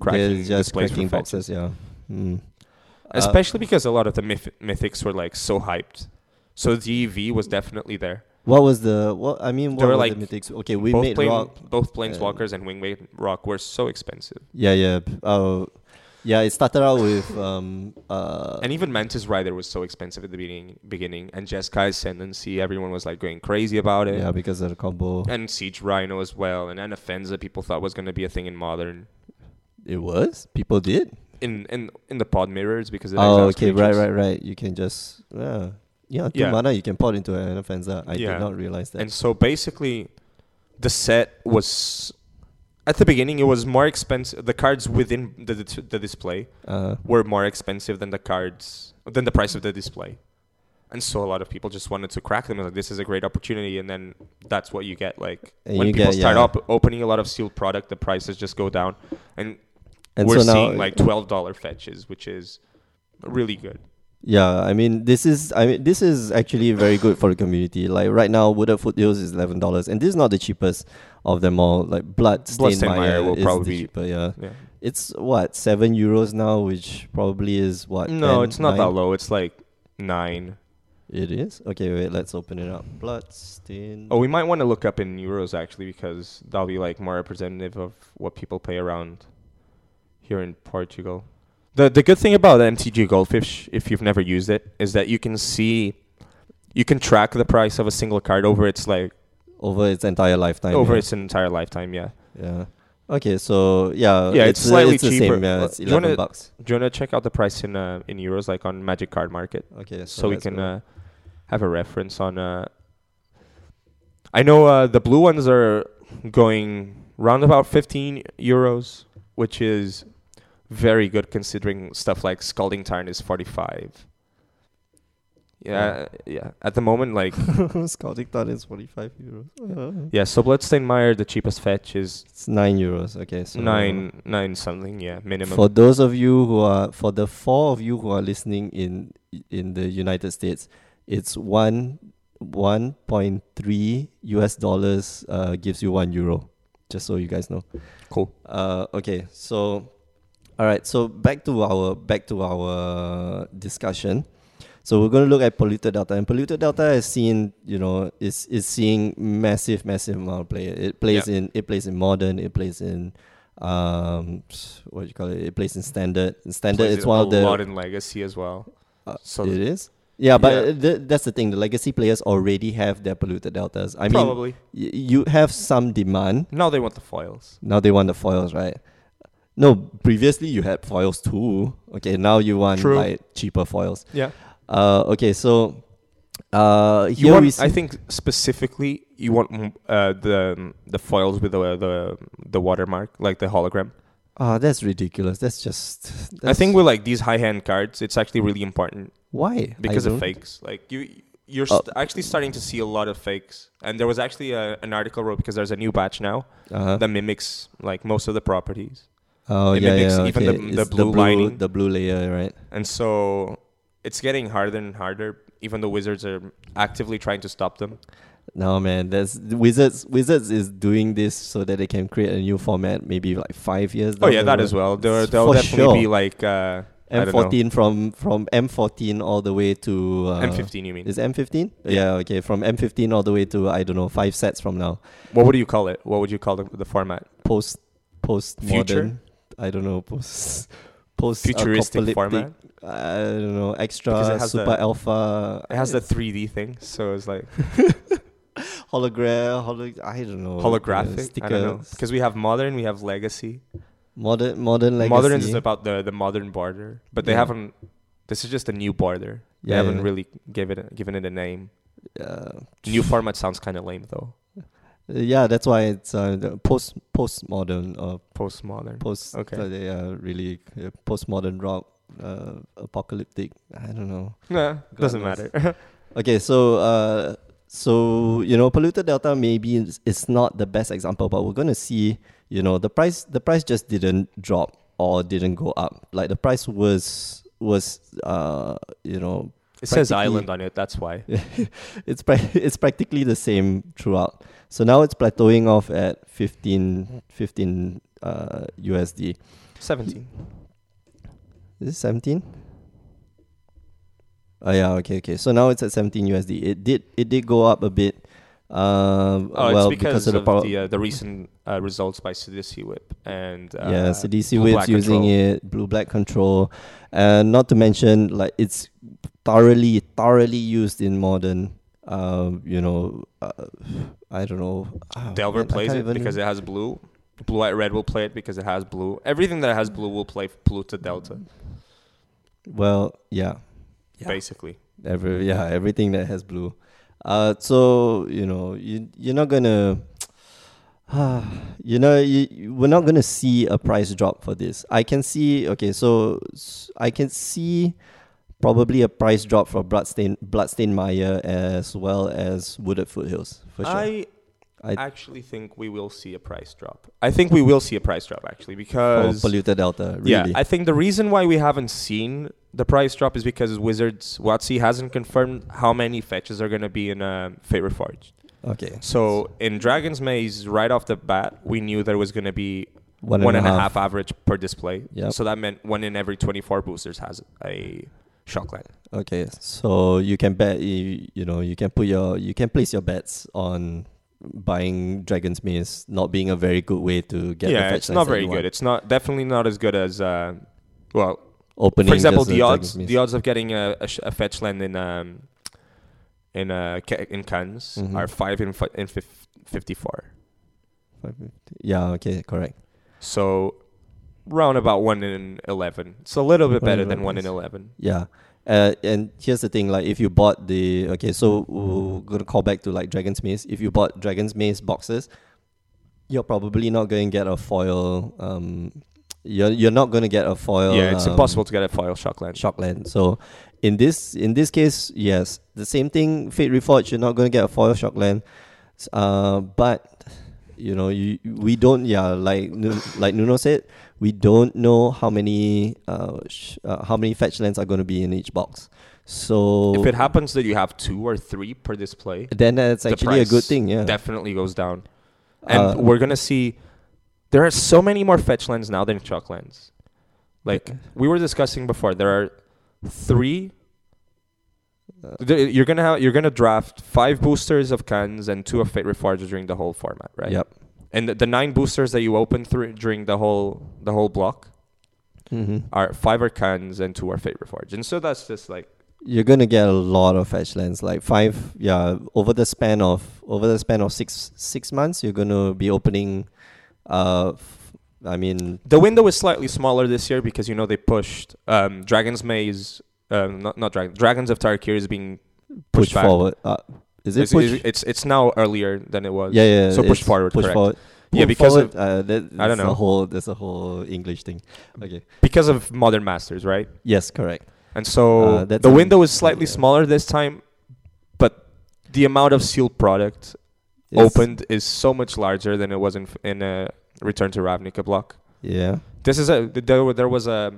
S2: cracking
S1: just
S2: displays for
S1: cracking boxes.
S2: fetches.
S1: Yeah. Mm. Uh,
S2: Especially because a lot of the myth- mythics were like so hyped. So DEV was definitely there.
S1: What was the what? I mean, what
S2: were
S1: were
S2: like
S1: the mythics? Okay, we
S2: both,
S1: made
S2: plane-
S1: rock.
S2: both
S1: uh,
S2: Planeswalkers and Wingway Rock were so expensive.
S1: Yeah, yeah. b- Oh, yeah. It started out with um uh
S2: and even Mantis Rider was so expensive at the beginning, beginning and Jeskai Ascendancy, everyone was like going crazy about it.
S1: yeah because of the combo.
S2: And Siege Rhino as well, and Anafenza people thought was going to be a thing in modern.
S1: It was people did.
S2: In in in the pod mirrors because of
S1: Oh,
S2: exiles
S1: okay, right,
S2: creatures.
S1: right, right. You can just yeah, yeah. Two
S2: Yeah.
S1: mana you can put into an offensa. I
S2: Yeah.
S1: did not realize that.
S2: And so basically, the set was at the beginning it was more expensive. The cards within the the, the display
S1: uh,
S2: were more expensive than the cards than the price of the display. And so a lot of people just wanted to crack them. Like this is a great opportunity, and then that's what you get. Like
S1: And
S2: when
S1: you
S2: people
S1: get-
S2: start
S1: yeah.
S2: op- opening a lot of sealed product, the prices just go down, and,
S1: and
S2: we're
S1: so now,
S2: seeing like twelve dollar fetches, which is really good.
S1: yeah. I mean, this is I mean this is actually very good for the community. Like right now, Wooded Foothills is eleven dollars, and this is not the cheapest of them all. Like Blood
S2: Bloodstained Mire will
S1: is
S2: probably
S1: the
S2: be-
S1: cheaper. Yeah,
S2: Yeah.
S1: it's what seven euros now, which probably is what.
S2: No,
S1: 10,
S2: it's not that
S1: nine?
S2: low. It's like nine.
S1: It is okay. Wait, let's open it up. Bloodstain.
S2: Oh, we might want to look up in euros actually because that'll be like more representative of what people play around here in Portugal. The the good thing about MTG Goldfish, if you've never used it, is that you can see you can track the price of a single card over its like
S1: over its entire lifetime.
S2: over
S1: yeah.
S2: its entire lifetime, yeah.
S1: Yeah. Okay, so yeah,
S2: Yeah, it's
S1: uh,
S2: slightly
S1: it's the
S2: cheaper.
S1: Same, yeah,
S2: Uh,
S1: it's
S2: do you wanna-
S1: 11 bucks.
S2: Do you want to check out the price in uh, in euros like on Magic Card Market?
S1: Okay, so,
S2: so, we
S1: let's
S2: can
S1: go.
S2: uh, have a reference on. Uh, I know uh, the blue ones are going round about 15 euros, which is very good considering stuff like Scalding Tarn is 45. Yeah, yeah. At the moment, like
S1: Scouting Thought is 45 euros.
S2: uh, yeah. So Bloodstained Mire, the cheapest fetch is
S1: It's 9 euros. Okay, so
S2: nine nine something. Yeah, minimum.
S1: For those of you who are, for the four of you who are listening in in the United States, it's one 1.3 US dollars uh, gives you one euro. Just so you guys know.
S2: cool.
S1: Uh, okay, so all right, so back to our back to our discussion. So we're going to look at polluted delta, and polluted delta has seen you know is is seeing massive massive amount of play. It plays in it plays in modern, it plays in um what do you call it? It plays in standard. In standard,
S2: Plays
S1: it's
S2: it
S1: one
S2: a
S1: of the
S2: lot in Legacy as well.
S1: uh,
S2: so
S1: it
S2: the-
S1: is. Yeah, but
S2: Yeah.
S1: uh th- that's the thing. The legacy players already have their polluted deltas. I mean,
S2: Probably
S1: y- you have some demand,
S2: now they want the foils.
S1: now they want the foils, right? No, previously you had foils too. Okay, now you want
S2: True.
S1: like cheaper foils.
S2: Yeah.
S1: Uh, okay, so uh,
S2: You
S1: here
S2: want-
S1: we see.
S2: I think specifically um, you want mm, uh, the the foils with the the the watermark, like the hologram.
S1: Oh, that's ridiculous. That's just.
S2: I
S1: that's-
S2: think with like these high hand cards, it's actually really important
S1: why I
S2: because of
S1: don't-
S2: fakes. Like you, you're
S1: Oh.
S2: st- actually starting to see a lot of fakes. And there was actually a, an article wrote because there's a new batch now
S1: Uh-huh.
S2: that mimics like most of the properties.
S1: Oh
S2: it
S1: yeah,
S2: mimics
S1: yeah.
S2: even
S1: Okay.
S2: the-
S1: It's
S2: the blue lining.
S1: the blue layer, right?
S2: And so it's getting harder and harder, even though wizards are actively trying to stop them.
S1: No man, that's wizards. Wizards is doing this so that they can create a new format, maybe like five years.
S2: Oh
S1: down
S2: yeah,
S1: the
S2: that
S1: road.
S2: as well. There,
S1: It's
S2: there'll
S1: for
S2: definitely
S1: sure.
S2: be like uh, I don't know,
S1: M14 from from M14 all the way to uh,
S2: M15. You mean?
S1: Is M15? Yeah. Okay, from M15 all the way to I don't know five sets from now.
S2: What would you call it? What would you call the, the format?
S1: Post post
S2: Future?
S1: modern. I don't know post post
S2: Futuristic format.
S1: I don't know
S2: Because
S1: extra
S2: it has
S1: super
S2: the-
S1: alpha.
S2: It has the
S1: it's
S2: 3D thing, so it's like
S1: hologram. Holo, I don't know
S2: holographic.
S1: Oh, stickers.
S2: I don't know because we have modern, we have legacy.
S1: Modern modern legacy.
S2: Modern is about the the modern border, but they
S1: Yeah.
S2: haven't. This is just a new border. They
S1: Yeah,
S2: haven't
S1: yeah.
S2: really given it given it a name.
S1: Uh,
S2: New format sounds kind of lame though.
S1: yeah, that's why it's uh, the post postmodern or
S2: Postmodern.
S1: post
S2: Okay.
S1: uh, they are really uh, postmodern rock uh, apocalyptic i don't know
S2: Nah, doesn't
S1: God knows.
S2: matter.
S1: okay so uh so you know polluted delta maybe is, is not the best example but we're going to see you know the price the price just didn't drop or didn't go up like the price was was uh you know
S2: it says
S1: Practically-
S2: island on it. That's why.
S1: it's prac it's practically the same throughout. So now it's plateauing off at 15, 15 uh, USD.
S2: Seventeen.
S1: Uh, Is it 17? Oh yeah, okay, okay. So now it's at 17 USD. It did it did go up a bit. Um,
S2: Oh,
S1: well,
S2: it's because, of,
S1: power-
S2: the, uh, the recent uh, results by Sidisi Whip and uh,
S1: yeah, CDC
S2: Blue
S1: Whip's
S2: Black
S1: using
S2: Control.
S1: it, Blue Black Control, and not to mention like it's thoroughly, thoroughly used in modern. Um, you know, uh, I don't know. Ah,
S2: Delver
S1: man, I
S2: plays
S1: can't
S2: it
S1: even-
S2: because it has blue. Blue at red will play it because it has blue. Everything that has blue will play blue to delta,
S1: well, yeah, Yeah.
S2: basically.
S1: every yeah everything that has blue. Uh, so you know you you're not gonna. you know, you, you- we're not gonna see a price drop for this. I can see, okay, so s- I can see probably a price drop for Bloodstain, Bloodstain Maya as well as Wooded Foothills for sure.
S2: I,
S1: I-
S2: actually think we will see a price drop. I think we will see a price drop actually
S1: for
S2: because
S1: Polluted Delta, really.
S2: yeah, I think the reason why we haven't seen the price drop is because Wizards Watsi hasn't confirmed how many fetches are going to be in uh, Fate Reforged.
S1: okay,
S2: So in Dragon's Maze, right off the bat, we knew there was going to be
S1: One
S2: one
S1: and a half.
S2: average per display.
S1: Yep.
S2: So that meant one in every 24 boosters has a shockland.
S1: okay. So you can bet, you, you know, you can put your, you can place your bets on buying Dragon's Maze not being a very good way to get. the
S2: yeah,
S1: fetch
S2: it's
S1: lines
S2: not
S1: that
S2: very
S1: you
S2: good.
S1: want.
S2: It's not definitely not as good as uh, well.
S1: Opening,
S2: for example,
S1: just a
S2: the odds
S1: Dragon's Maze.
S2: the odds of getting a, a, sh- a fetch land in um, in uh, ca- in cans
S1: Mhm.
S2: are five in, fi- in fif- 54.
S1: yeah, okay, correct.
S2: So round about one in 11. It's a little
S1: One
S2: bit
S1: in
S2: better than
S1: 11,
S2: one in
S1: yes.
S2: 11.
S1: Yeah. Uh, and here's the thing, like if you bought the okay, so we're gonna call back to like Dragon's Maze. If you bought Dragon's Maze boxes, you're probably not gonna get a foil. Um, you're you're not gonna get a foil.
S2: yeah, it's
S1: um,
S2: impossible to get a foil shockland.
S1: Shockland. So in this in this case, yes, the same thing. Fate Reforged, you're not gonna get a foil Shockland. S- Uh, but you know, you we don't. Yeah, like Nu- like Nuno said, we don't know how many uh, sh- uh how many fetch lands are gonna be in each box. So
S2: If it happens that you have two or three per display,
S1: then that's
S2: the
S1: actually a good
S2: price
S1: thing. Yeah,
S2: definitely goes down. And
S1: Uh,
S2: we're gonna see there are so many more fetch lands now than chalk lands. Like we were discussing before, there are three.
S1: Uh,
S2: th- You're gonna have, you're gonna draft five boosters of cans and two of Fate Reforged during the whole format, right?
S1: Yep.
S2: And the, the nine boosters that you open through during the whole the whole block
S1: hmm
S2: are five are cans and two are Fate Reforged, and so that's just like
S1: You're gonna get a lot of fetch lands, like five. Yeah, over the span of over the span of six six months, you're gonna be opening. Uh, f- I mean,
S2: The window is slightly smaller this year because you know they pushed um, Dragon's Maze, um, not not Dragon, Dragons of Tarkir is being
S1: push
S2: pushed back.
S1: forward. Uh, is it
S2: It's,
S1: push?
S2: it's it's now earlier than it was.
S1: yeah, yeah.
S2: uh, So push
S1: it's
S2: forward, correct. Yeah, because
S1: forward,
S2: of-
S1: uh, that,
S2: I don't
S1: that's A
S2: know.
S1: whole that's a whole English thing. Okay.
S2: because of modern masters, right?
S1: Yes, correct.
S2: And so
S1: Uh, that's
S2: the
S1: an-
S2: window is slightly
S1: yeah.
S2: smaller this time, but the amount of sealed product
S1: Yes.
S2: opened is so much larger than it was in f- in a Return to Ravnica block.
S1: Yeah.
S2: This is a th- there, wa- there was a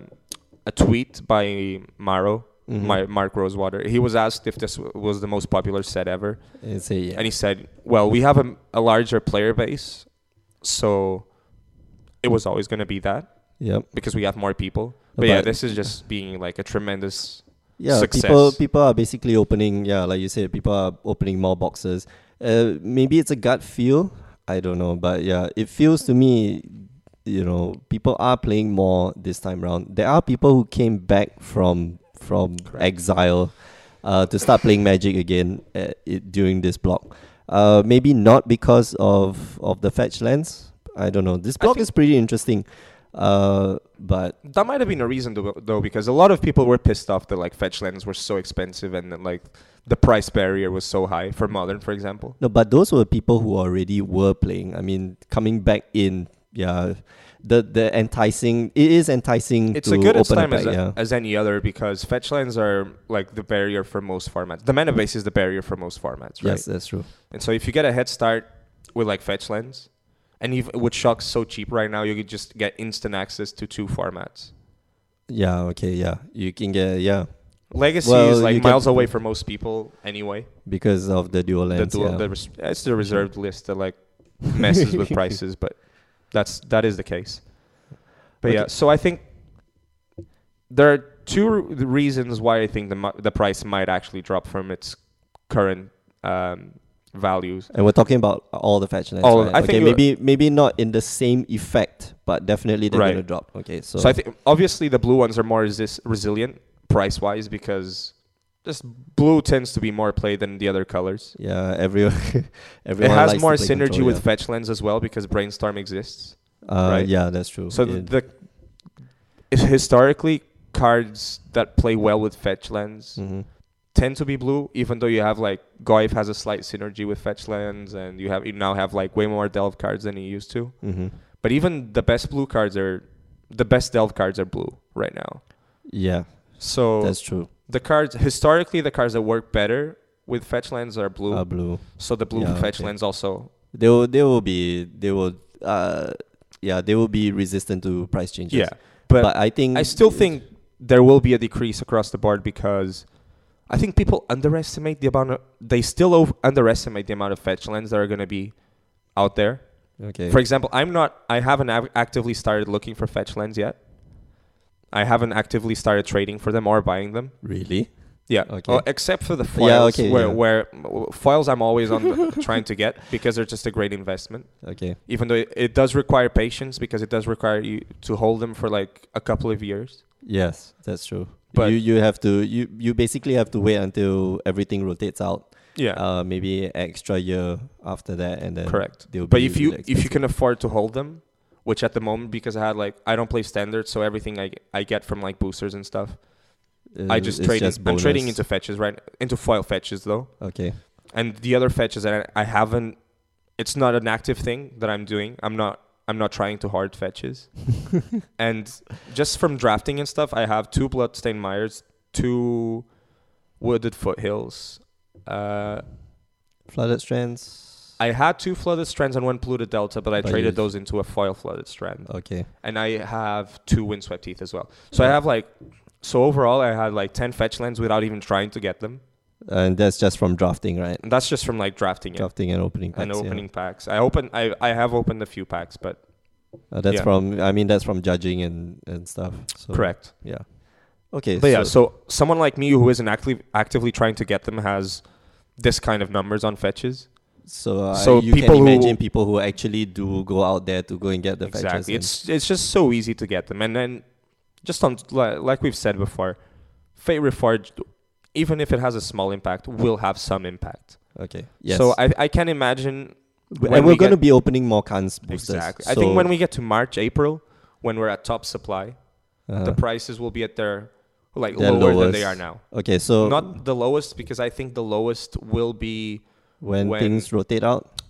S2: a tweet by Maro,
S1: Mhm.
S2: my Mark Rosewater. He was asked if this w- was the most popular set ever,
S1: And say yeah.
S2: and he said, "Well, we have a, a larger player base, so it was always going to be that
S1: yep.
S2: because we have more people." But yeah,
S1: But-
S2: this is just being like a tremendous
S1: Yeah, people
S2: success.
S1: people are basically opening. Yeah, like you said, people are opening more boxes. Uh, maybe it's a gut feel. I don't know, but yeah, it feels to me, you know, people are playing more this time round. There are people who came back from from
S2: Correct.
S1: exile uh, to start playing Magic again uh it, during this block. Uh, maybe not because of of the fetch lands. I don't know. This
S2: I
S1: block
S2: think-
S1: is pretty interesting, uh, but
S2: That might have been a reason though, though, because a lot of people were pissed off that like fetch lands were so expensive and that, like the price barrier was so high for modern, for example.
S1: No, but those were people who already were playing. I mean, coming back in, yeah, the the enticing. It is enticing.
S2: It's
S1: to
S2: a good as
S1: open
S2: time
S1: back,
S2: as,
S1: yeah.
S2: as any other because fetch lands are like the barrier for most formats. The mana base is the barrier for most formats, right?
S1: Yes, that's true.
S2: And so if you get a head start with like fetch lands, and you've, with shocks so cheap right now, you could just get instant access to two formats.
S1: Yeah. Okay. Yeah. You can get yeah
S2: Legacy
S1: Well,
S2: is
S1: you
S2: like
S1: get-
S2: miles away for most people anyway.
S1: because of the dual
S2: the
S1: lands.
S2: dual,
S1: yeah.
S2: the res- it's the reserved list that like messes with prices, but that's that is the case. But yeah,
S1: Okay.
S2: so I think there are two r- reasons why I think the mu- the price might actually drop from its current um, values.
S1: and we're talking about all the fetch lands.
S2: All-
S1: right?
S2: I
S1: okay.
S2: think you-
S1: maybe maybe not in the same effect, but definitely they're
S2: Right.
S1: gonna drop. Okay. So,
S2: So, I think obviously the blue ones are more resist- resilient price wise because just blue tends to be more played than the other colors.
S1: yeah, everyone everyone
S2: it has
S1: likes
S2: more
S1: to play
S2: synergy
S1: control,
S2: with
S1: yeah.
S2: fetch lands as well because brainstorm exists.
S1: uh,
S2: right?
S1: Yeah, that's true.
S2: So
S1: It-
S2: the, the historically cards that play well with fetch lands
S1: mhm.
S2: tend to be blue, even though you have like Goif has a slight synergy with fetch lands, and you have you now have like way more delve cards than you used to.
S1: Mhm.
S2: But even the best blue cards are the best delve cards are blue right now.
S1: Yeah,
S2: So
S1: that's true.
S2: the cards historically the cards that work better with fetch lands are blue.
S1: Uh, blue.
S2: so the blue
S1: yeah,
S2: fetch
S1: okay.
S2: lands also
S1: they will they will be they will uh yeah they will be resistant to price changes
S2: yeah.
S1: but,
S2: But,
S1: i think
S2: I still think there will be a decrease across the board because I think people underestimate the amount of they still over- underestimate the amount of fetch lands that are going to be out there.
S1: okay
S2: For example, I'm not I haven't av- actively started looking for fetch lands yet. I haven't actively started trading for them or buying them.
S1: really
S2: Yeah.
S1: Okay.
S2: Oh, except for the
S1: Yeah,
S2: foils
S1: okay,
S2: where
S1: yeah.
S2: where foils I'm always on the, trying to get because they're just a great investment
S1: okay
S2: even though it, it does require patience because it does require you to hold them for like a couple of years.
S1: yes that's true but
S2: But-
S1: you you have to you you basically have to wait until everything rotates out
S2: Yeah.
S1: uh maybe an extra year after that and then
S2: Correct.
S1: they'll
S2: But
S1: be
S2: if you
S1: really
S2: if you
S1: expensive.
S2: can afford to hold them, which at the moment because I had like I don't play standard, so everything I I get from like boosters and stuff,
S1: Uh,
S2: I just
S1: it's
S2: trade. I'm
S1: bonus.
S2: trading into fetches right into foil fetches though,
S1: okay
S2: and the other fetches that I, I haven't. It's not an active thing that I'm doing. I'm not. I'm not trying to hard fetches, and just from drafting and stuff, I have two bloodstained mires, two wooded foothills. Uh,
S1: flooded strands
S2: I had two flooded strands and one polluted delta, but I
S1: But
S2: traded
S1: you've-
S2: those into a foil flooded strand.
S1: okay
S2: and I have two windswept teeth as well. So
S1: Yeah.
S2: I have like, so overall, I had like 10 fetch lands without even trying to get them.
S1: and that's just from drafting right
S2: And that's just from like drafting it
S1: drafting and opening packs,
S2: and
S1: yeah.
S2: opening packs. I open, I, I have opened a few packs, but
S1: Uh, that's
S2: yeah.
S1: from i mean that's from judging and and stuff so
S2: correct.
S1: yeah okay
S2: But yeah, so someone like me who isn't actively, actively trying to get them has this kind of numbers on fetches.
S1: So, uh,
S2: So
S1: you
S2: people
S1: can
S2: who-
S1: imagine people who actually do go out there to go and get the fetches.
S2: exactly.
S1: and-
S2: It's, it's just so easy to get them. And then just on, li- like we've said before, Fate Reforged, even if it has a small impact, will have some impact.
S1: okay. Yes.
S2: So I, I can imagine
S1: W-
S2: when
S1: and we're
S2: we
S1: going to
S2: get-
S1: be opening more cans boosters.
S2: Exactly. I think when we get to March, April, when we're at top supply,
S1: uh,
S2: the prices will be at their like
S1: Their
S2: lower than they
S1: lowest.
S2: are now.
S1: okay, so
S2: Not the lowest because I think the lowest will be
S1: when,
S2: when-
S1: things rotate out.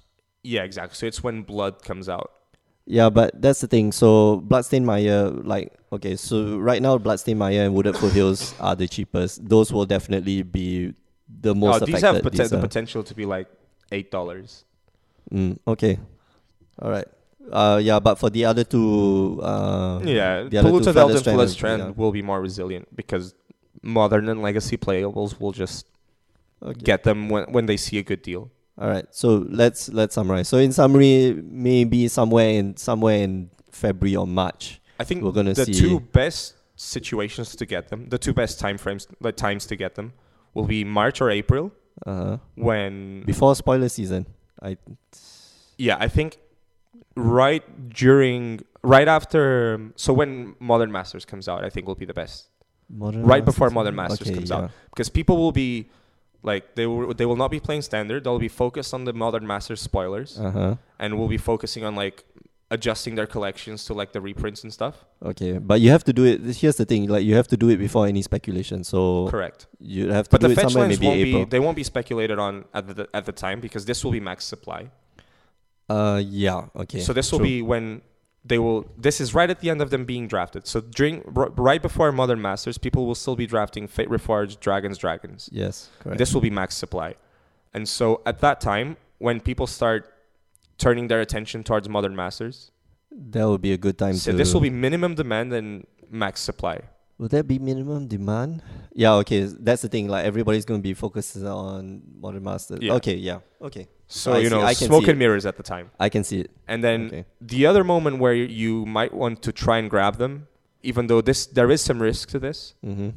S2: yeah exactly. So it's when blood comes out.
S1: Yeah, but that's the thing. So Bloodstain Maya, like okay, so right now Bloodstain Maya and Wooded Foothills are the cheapest. Those will definitely be the
S2: Oh,
S1: most
S2: these
S1: affected.
S2: have poten-
S1: These
S2: the
S1: are-
S2: potential to be like eight dollars.
S1: Mm, okay. All right. Uh, yeah, but for the other two, uh,
S2: yeah,
S1: the other two
S2: Polluta Delta and
S1: Featherstrand
S2: Plus
S1: and-
S2: Trend
S1: yeah.
S2: will be more resilient because modern and legacy playables will just
S1: Okay.
S2: get them when, when they see a good deal.
S1: All right. So let's let's summarize. So in summary, maybe somewhere in somewhere in February or March.
S2: I think
S1: We're gonna
S2: the
S1: see-
S2: two best situations to get them, the two best time frames, the times to get them, will be March or April
S1: Uh,
S2: when.
S1: before spoiler season, I
S2: Yeah, I think right during, right after, so when Modern Masters comes out, I think will be the best
S1: modern
S2: right before
S1: Masters?
S2: Modern Masters
S1: Okay,
S2: comes
S1: yeah.
S2: out because people will be like they will they will not be playing standard. They'll be focused on the Modern Masters spoilers
S1: Uh huh.
S2: and we'll be focusing on like adjusting their collections to like the reprints and stuff.
S1: Okay, but you have to do it. this- Here's the thing: like you have to do it before any speculation. So
S2: Correct.
S1: you have to
S2: But
S1: do
S2: the
S1: it
S2: fetch
S1: somewhere
S2: lines
S1: maybe
S2: won't
S1: April.
S2: be they won't be speculated on at the at the time because this will be max supply.
S1: uh, yeah. Okay.
S2: so this will
S1: true.
S2: be when they will this is right at the end of them being drafted. So during r- right before Modern Masters, people will still be drafting Fate Reforged, Dragons, Dragons.
S1: yes. Correct.
S2: This will be max supply. And so at that time, when people start turning their attention towards modern masters,
S1: that would be a good time
S2: so
S1: to.
S2: this will be minimum demand and max supply.
S1: Will that be minimum demand? Yeah, okay. s- That's the thing. Like everybody's gonna be focusing on modern masters.
S2: Yeah.
S1: Okay, yeah. Okay.
S2: So
S1: I
S2: you
S1: see-
S2: know,
S1: I can
S2: smoke
S1: see
S2: and mirrors at the time.
S1: I can see it.
S2: And then
S1: Okay.
S2: the other moment where you might want to try and grab them, even though this there is some risk to this,
S1: Mm-hmm.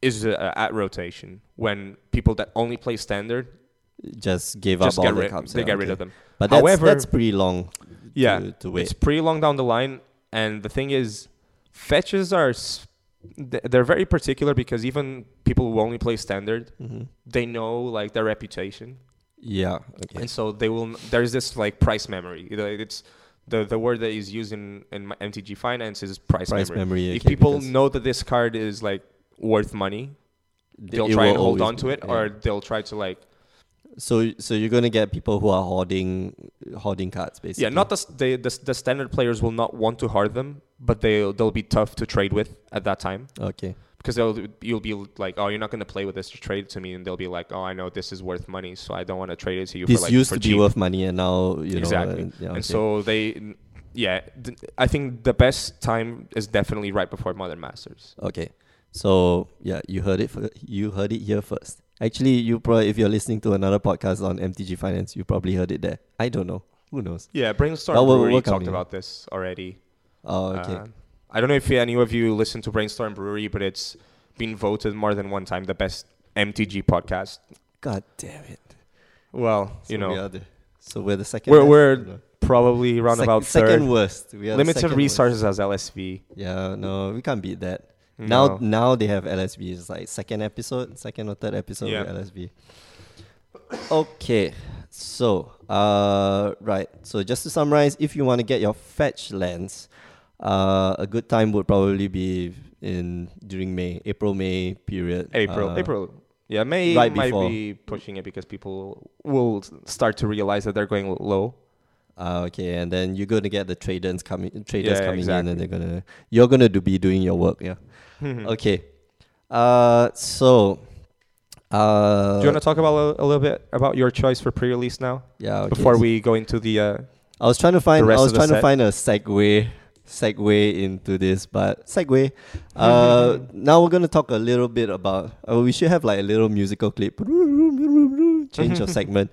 S2: is uh, at rotation when people that only play standard
S1: Just give
S2: just
S1: up
S2: get
S1: all the
S2: rid,
S1: cups.
S2: they
S1: yeah,
S2: get rid
S1: okay.
S2: of them.
S1: But that's,
S2: However-
S1: that's pretty long.
S2: Yeah,
S1: To, to wait.
S2: It's pretty long down the line, and the thing is, fetches are s- th- they're very particular because even people who only play standard,
S1: hmm
S2: they know like their reputation,
S1: Yeah. Okay.
S2: and so they will. n- There's this like price memory. You know, It's the the word that is used in in my MTG finance is price,
S1: Price
S2: memory.
S1: memory.
S2: If
S1: okay,
S2: people
S1: because
S2: know that this card is like worth money,
S1: th-
S2: they'll
S1: it
S2: try
S1: will
S2: and hold
S1: always
S2: on
S1: be-
S2: to it,
S1: yeah.
S2: or they'll try to like
S1: so so you're gonna get people who are hoarding hoarding cards basically.
S2: yeah. Not the, s- the the s- the standard players will not want to hard them, but they will they'll be tough to trade with at that time.
S1: okay.
S2: because they'll you'll be like, oh, you're not going to play with this, just trade it to me, and they'll be like, oh, I know this is worth money, so I don't want to trade it to you.
S1: This
S2: for like,
S1: used
S2: for
S1: to
S2: cheap.
S1: be worth money, and now you
S2: exactly.
S1: know. uh, yeah, okay.
S2: And so they, yeah, th- I think the best time is definitely right before Modern Masters.
S1: Okay. So yeah, you heard it. fir- You heard it here first. Actually, you probably if you're listening to another podcast on MTG Finance, you probably heard it there. I don't know. Who knows?
S2: Yeah, Brainstorm
S1: That will
S2: Brewery
S1: work on
S2: talked
S1: you.
S2: about this already.
S1: Oh, okay.
S2: Uh, I don't know if any of you listen to Brainstorm Brewery, but it's been voted more than one time the best MTG podcast.
S1: God damn it!
S2: Well,
S1: So we
S2: you know,
S1: are the, so we're the second.
S2: We're-
S1: best?
S2: we're
S1: No.
S2: probably around
S1: Sec-
S2: about
S1: second
S2: third.
S1: worst. We are the
S2: Limited
S1: second
S2: resources as LSV.
S1: worst. Yeah, no, we can't beat that. Now,
S2: No.
S1: now they have LSB. It's like second episode, second or third episode
S2: Yeah.
S1: with LSB. Okay, so uh, right. So just to summarize, if you want to get your fetch lens, uh, a good time would probably be in during May, April May period.
S2: April.
S1: Uh,
S2: April. Yeah, May
S1: right
S2: might
S1: before.
S2: be pushing it because people will start to realize that they're going low.
S1: Uh, okay, and then you're gonna get the traders coming, traders
S2: Yeah,
S1: coming in, and
S2: exactly.
S1: they're gonna you're gonna do, be doing your work. Yeah. Okay. Uh, so. Uh,
S2: Do you want to talk about a, a little bit about your choice for pre-release now
S1: yeah, okay.
S2: before we go into the? Uh,
S1: I was trying to find.
S2: The rest
S1: I was
S2: of the
S1: trying to
S2: set?
S1: find a segue, segue into this, but segue. Uh, now we're gonna talk a little bit about. Uh, we should have like a little musical clip. Change of segment.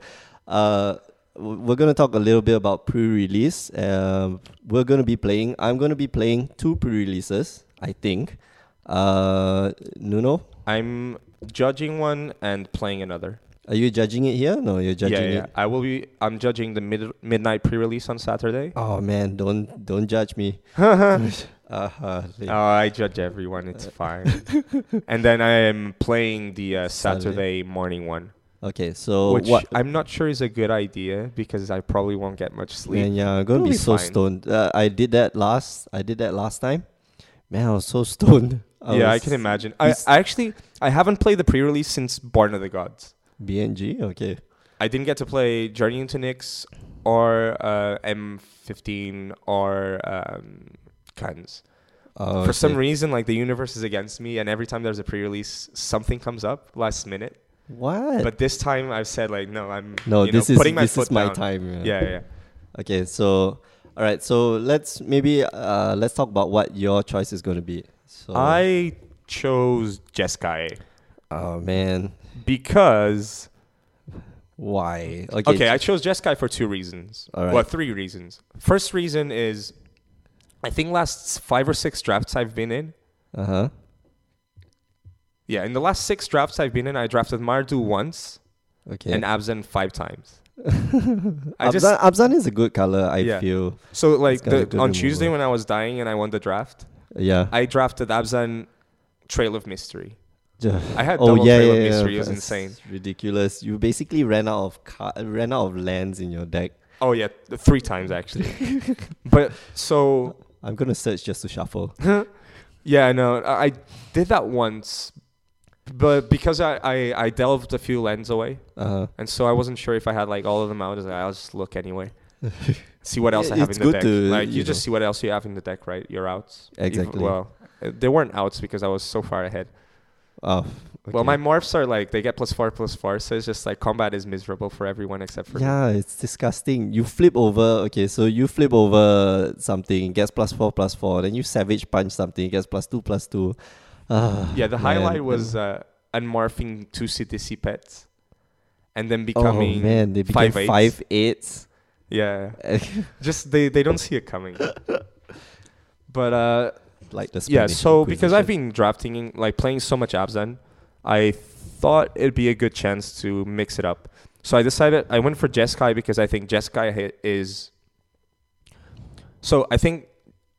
S1: Uh, w- we're gonna talk a little bit about pre-release. Um, we're gonna be playing. I'm gonna be playing two pre-releases. I think. Uh, Nuno,
S2: I'm judging one and playing another.
S1: are you judging it here? No, you're judging
S2: yeah, yeah.
S1: it.
S2: I will be. I'm judging the mid, midnight pre-release on Saturday.
S1: Oh man, don't don't judge me. uh-huh.
S2: Oh, I judge everyone.
S1: Uh,
S2: It's fine. and then I am playing the uh,
S1: Saturday.
S2: Saturday morning one,
S1: Okay, so
S2: which
S1: what?
S2: I'm not sure is a good idea because I probably won't get much sleep.
S1: Man, yeah, I'm gonna
S2: It'll
S1: be,
S2: be
S1: so
S2: fine.
S1: stoned. Uh, I did that last. I did that last time. Man, I was so stoned. I
S2: yeah, I
S1: was-
S2: can imagine.
S1: we
S2: I,
S1: s-
S2: I actually I haven't played the pre-release since Born of the Gods.
S1: BNG. Okay.
S2: I didn't get to play Journey into Nyx or uh, M15 or um, Cans.
S1: Oh,
S2: For
S1: I
S2: some
S1: see.
S2: reason, like the universe is against me, and every time there's a pre-release, something comes up last minute.
S1: What?
S2: But this time, I've said like, no, I'm
S1: Uh, no,
S2: you know,
S1: this is
S2: putting my
S1: this
S2: foot
S1: is my
S2: down.
S1: time.
S2: Yeah, yeah. yeah.
S1: Okay, so all right, so let's maybe uh, let's talk about what your choice is going to be. So uh,
S2: I chose Jeskai
S1: oh man,
S2: because
S1: why?
S2: okay, I chose Jeskai for two reasons.
S1: All right.
S2: Well, three reasons. First reason is, I think last five or six drafts I've been in,
S1: uh huh.
S2: yeah, in the last six drafts I've been in, I drafted Mardu once
S1: Okay.
S2: and Abzan five times. I
S1: Abzan,
S2: just
S1: Abzan is a good color. I
S2: Yeah.
S1: feel.
S2: so
S1: This
S2: like
S1: guy's a
S2: the,
S1: good
S2: on Tuesday
S1: remover.
S2: when I was dying and I won the draft,
S1: Yeah.
S2: I drafted Abzan Trail of Mystery.
S1: Ju-
S2: I had
S1: oh
S2: double
S1: yeah,
S2: Trail
S1: yeah,
S2: of
S1: yeah,
S2: Mystery. It was
S1: that's
S2: insane.
S1: Ridiculous. You basically ran out of car- ran out of lands in your deck.
S2: Oh yeah, th- three times actually. but so
S1: I'm gonna search just to shuffle.
S2: yeah, no, I I did that once, but because I, I I delved a few lands away,
S1: Uh,
S2: and so I wasn't sure if I had like all of them out. I was like, I'll just look anyway, see what else
S1: Yeah,
S2: I have
S1: it's
S2: in the
S1: good
S2: deck.
S1: to, uh,
S2: like you,
S1: you
S2: just
S1: know.
S2: see what else you have in the deck, right? Your outs. If-
S1: Exactly.
S2: well, uh, they weren't outs because I was so far ahead.
S1: oh,
S2: Well,
S1: okay.
S2: my morphs are like they get plus four, plus four, so it's just like combat is miserable for everyone except for me.
S1: Yeah, it's disgusting. You flip over, okay, so you flip over something, it gets plus four, plus four, then you savage punch something, it gets plus two, plus two. Ah,
S2: Yeah, the
S1: man.
S2: highlight was uh, unmorphing two CTC pets, and then
S1: Oh
S2: becoming
S1: man, they became
S2: five
S1: five eights.
S2: yeah. Just they they don't see it coming. but uh,
S1: like the
S2: yeah,
S1: Spanish
S2: so because I've
S1: Inquisition.
S2: been drafting like playing so much Abzan, I thought it'd be a good chance to mix it up. So I decided I went for Jeskai because I think Jeskai hi- is. So I think,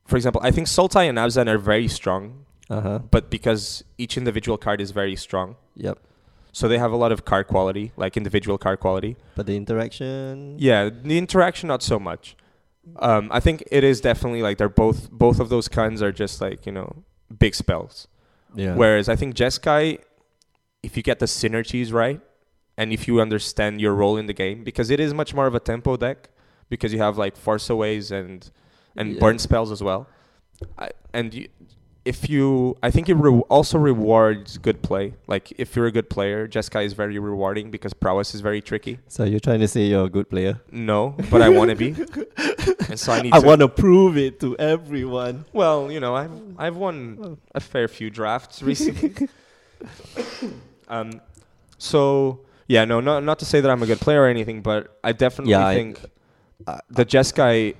S2: for example, I think Sultai and Abzan are very strong,
S1: uh-huh.
S2: but because each individual card is very strong,
S1: Yep.
S2: so they have a lot of card quality, like individual card quality.
S1: But the interaction
S2: Yeah, the interaction not so much. Um, I think it is definitely like they're both both of those kinds are just like you know big spells.
S1: yeah.
S2: Whereas I think Jeskai, if you get the synergies right, and if you understand your role in the game, because it is much more of a tempo deck, because you have like force aways and and
S1: Yeah.
S2: burn spells as well, I, and you, if you, I think it re- also rewards good play. Like if you're a good player, Jeskai is very rewarding because prowess is very tricky.
S1: So you're trying to say you're a good player?
S2: No, but I want to be, and so I need.
S1: I
S2: to,
S1: want to prove it to everyone.
S2: Well, you know, I've I've won a fair few drafts recently. um, so yeah, no, not not to say that I'm a good player or anything, but I definitely
S1: Yeah, I-
S2: think uh,
S1: I-
S2: the Jeskai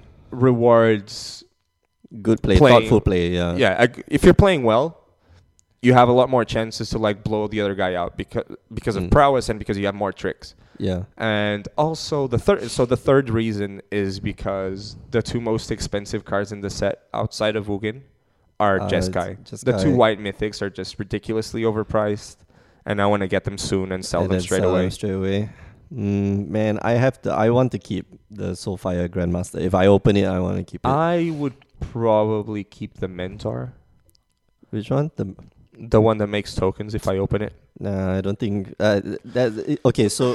S2: rewards.
S1: Good play,
S2: Playing-
S1: thoughtful play, yeah.
S2: yeah, I g if you're playing well, you have a lot more chances to like blow the other guy out because because
S1: Mm.
S2: of prowess and because you have more tricks.
S1: Yeah.
S2: And also the third so the third reason is because the two most expensive cards in the set outside of Ugin are
S1: Uh,
S2: Jeskai.
S1: it's
S2: The two
S1: Jeskai.
S2: white mythics are just ridiculously overpriced and I want to get them soon and sell
S1: And
S2: them
S1: then
S2: straight
S1: sell
S2: away.
S1: Them straight away. Mm, man, I have to. I want to keep the Soulfire Grandmaster. If I open it, I want to keep it.
S2: I would probably keep the mentor,
S1: Which one? The
S2: the one that makes tokens if I open it.
S1: nah. I don't think uh, that. Okay, so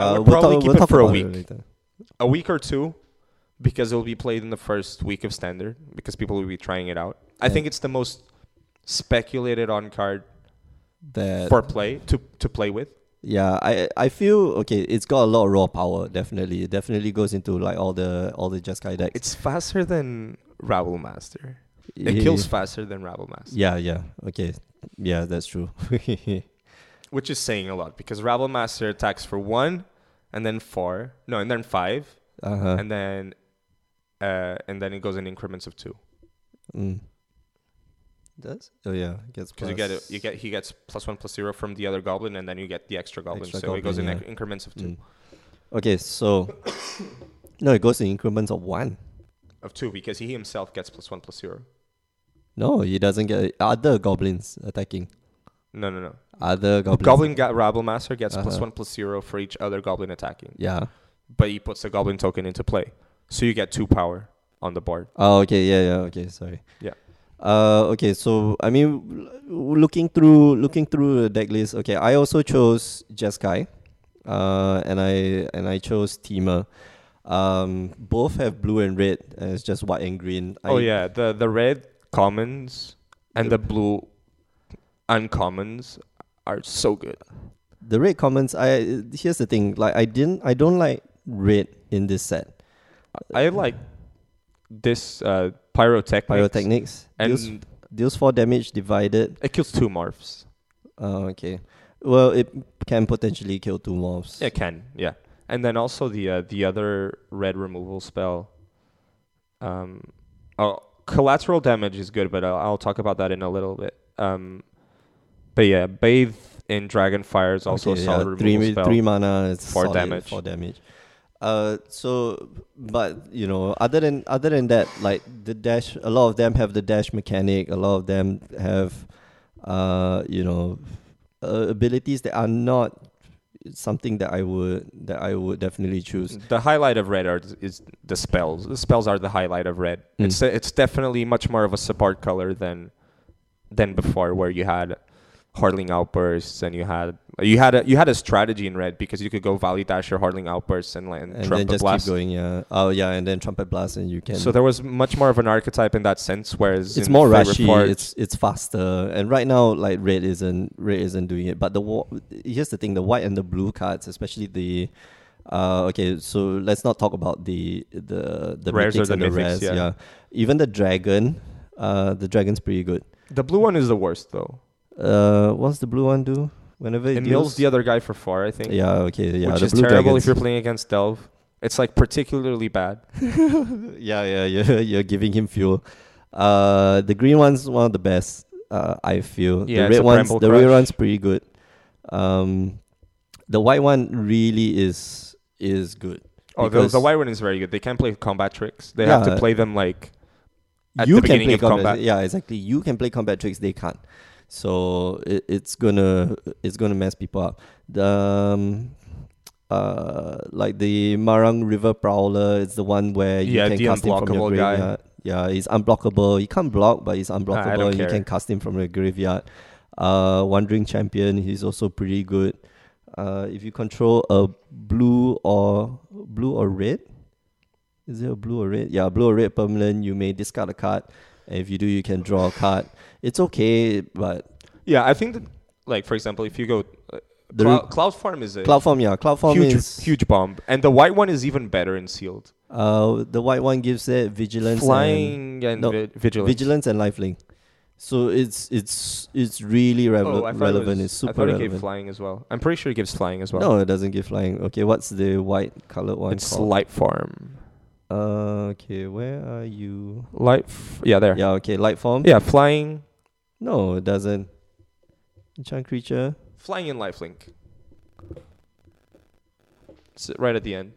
S1: uh,
S2: would
S1: we'll
S2: probably
S1: talk,
S2: keep
S1: we'll
S2: it
S1: talk
S2: for a
S1: about it
S2: week.
S1: later.
S2: A week or two because it will be played in the first week of standard because people will be trying it out. I
S1: Yeah.
S2: think it's the most speculated on card
S1: That
S2: for play to to play with.
S1: yeah, I I feel okay. It's got a lot of raw power. Definitely, it definitely goes into like all the all the Jeskai decks.
S2: It's faster than Rabble Master. It
S1: Yeah,
S2: kills faster than Rabble Master,
S1: Yeah, yeah. Okay, yeah, that's true. Uh-huh.
S2: which is saying a lot because Rabble Master attacks for one, and then four, no, and then five,
S1: uh huh.
S2: and then, uh, and then it goes in increments of two
S1: Mm. Does oh yeah, gets
S2: because you get it,
S1: plus-
S2: you get he gets plus one plus zero from the other goblin, and then you get the extra goblin,
S1: Extra
S2: so it goes in
S1: goblin,
S2: inc- increments of
S1: Mm.
S2: two,
S1: Okay, so no, it goes in increments of one.
S2: of two because he himself gets plus one plus zero.
S1: No, he doesn't get other goblins attacking.
S2: No, no, no.
S1: Other goblins.
S2: Goblin ga- Rabble Master gets plus
S1: Uh-huh.
S2: one plus zero for each other goblin attacking,
S1: Yeah.
S2: but he puts the goblin token into play, so you get two power on the board.
S1: Oh, okay. Yeah, yeah. Okay, sorry.
S2: Yeah.
S1: Uh, okay. So I mean, l- looking through looking through the deck list. Okay, I also chose Jeskai, uh, and I and I chose Teemer. Um, both have blue and red, and it's just white and green.
S2: Oh
S1: I-
S2: yeah, the the red commons and the blue uncommons are so good.
S1: the red commons. I here's the thing. Like I didn't. I don't like red in this set.
S2: I like this uh, pyrotechnics,
S1: Pyrotechnics deals,
S2: and
S1: deals four damage divided.
S2: it kills two morphs.
S1: Oh, okay. Well, it can potentially kill two mobs.
S2: It can, yeah. And then also the uh, the other red removal spell. Um, oh, collateral damage is good, but I'll, I'll talk about that in a little bit. Um, but yeah, bathe in dragon fire is also
S1: Okay,
S2: a
S1: yeah,
S2: solid
S1: three,
S2: removal
S1: mi-
S2: spell.
S1: three mana. It's
S2: Four
S1: solid,
S2: damage.
S1: Four damage. Uh, so, but you know, other than other than that, like the dash, a lot of them have the dash mechanic. A lot of them have, uh, you know, uh, abilities that are not something that I would that I would definitely choose.
S2: The highlight of red are is the spells. The spells are the highlight of red.
S1: Mm.
S2: It's it's definitely much more of a support color than than before, where you had Hardling outbursts and you had you had a you had a strategy in red because you could go Valley Dash or Hardling outbursts and land
S1: And then
S2: Trumpet
S1: just
S2: Blast.
S1: keep going, yeah. Oh yeah, and then trumpet blast, and you can.
S2: So there was much more of an archetype in that sense, whereas
S1: it's
S2: in
S1: more
S2: Favorite
S1: rushy.
S2: Forge-
S1: It's it's faster, and right now like red isn't red isn't doing it. But the wa- here's the thing: the white and the blue cards, especially the. Uh, okay, so let's not talk about the the the
S2: Rares or
S1: mythics
S2: the
S1: and the
S2: mythics,
S1: rares.
S2: yeah.
S1: even the dragon, uh, the dragon's pretty good.
S2: the blue one is the worst though.
S1: Uh, what's the blue one do? Whenever it
S2: It mills
S1: deals-
S2: the other guy for four, I think.
S1: yeah, okay, yeah,
S2: which
S1: the
S2: is
S1: blue
S2: terrible if
S1: dragons.
S2: you're playing against Delve. It's like particularly bad.
S1: yeah, yeah, you're, you're giving him fuel. Uh, the green one's one of the best. Uh, I feel
S2: Yeah,
S1: the
S2: it's
S1: red
S2: a
S1: one's
S2: Bramble
S1: the red
S2: Crush.
S1: one's pretty good. Um, the white one really is is good.
S2: Oh, the,
S1: because-
S2: the white one is very good. They can play combat tricks. They have
S1: Yeah.
S2: to play them like at
S1: you
S2: the
S1: can
S2: beginning
S1: play
S2: of
S1: combat.
S2: combat.
S1: Yeah, exactly. You can play combat tricks. They can't. So it, it's gonna it's gonna mess people up. The um, uh, like the Marang River Prowler is the one where you
S2: Yeah,
S1: can
S2: the
S1: cast him from your
S2: unblockable guy.
S1: graveyard. Uh, Yeah, he's unblockable. He can't block, but he's unblockable.
S2: don't
S1: You can
S2: care.
S1: cast him from your graveyard. Uh, Wandering Champion. He's also pretty good. Uh, if you control a blue or blue or red, is it a blue or red? Yeah, blue or red permanent. You may discard a card, and if you do, you can draw a card. It's okay, but
S2: Yeah, I think that like for example, if you go uh,
S1: The
S2: Clou-
S1: re-
S2: Cloud Farm is a
S1: cloud form, yeah, cloud form
S2: huge
S1: is
S2: huge bomb, and the white one is even better in sealed.
S1: Uh, the white one gives it vigilance, and,
S2: Flying and
S1: no,
S2: vi- vigilance.
S1: vigilance and lifelink. So it's it's it's really
S2: Oh,
S1: revel-
S2: I thought it
S1: relevant.
S2: was-
S1: it's super
S2: I thought it gave
S1: relevant.
S2: flying as well. I'm pretty sure it gives flying as well.
S1: No, it doesn't give flying. Okay, what's the white colored one
S2: it's
S1: called?
S2: light farm.
S1: uh, okay, where are you?
S2: Light. F- yeah, there. Yeah.
S1: Yeah, okay, light form.
S2: flying,
S1: No, it doesn't. Enchant creature.
S2: flying and lifelink. It's right at the end.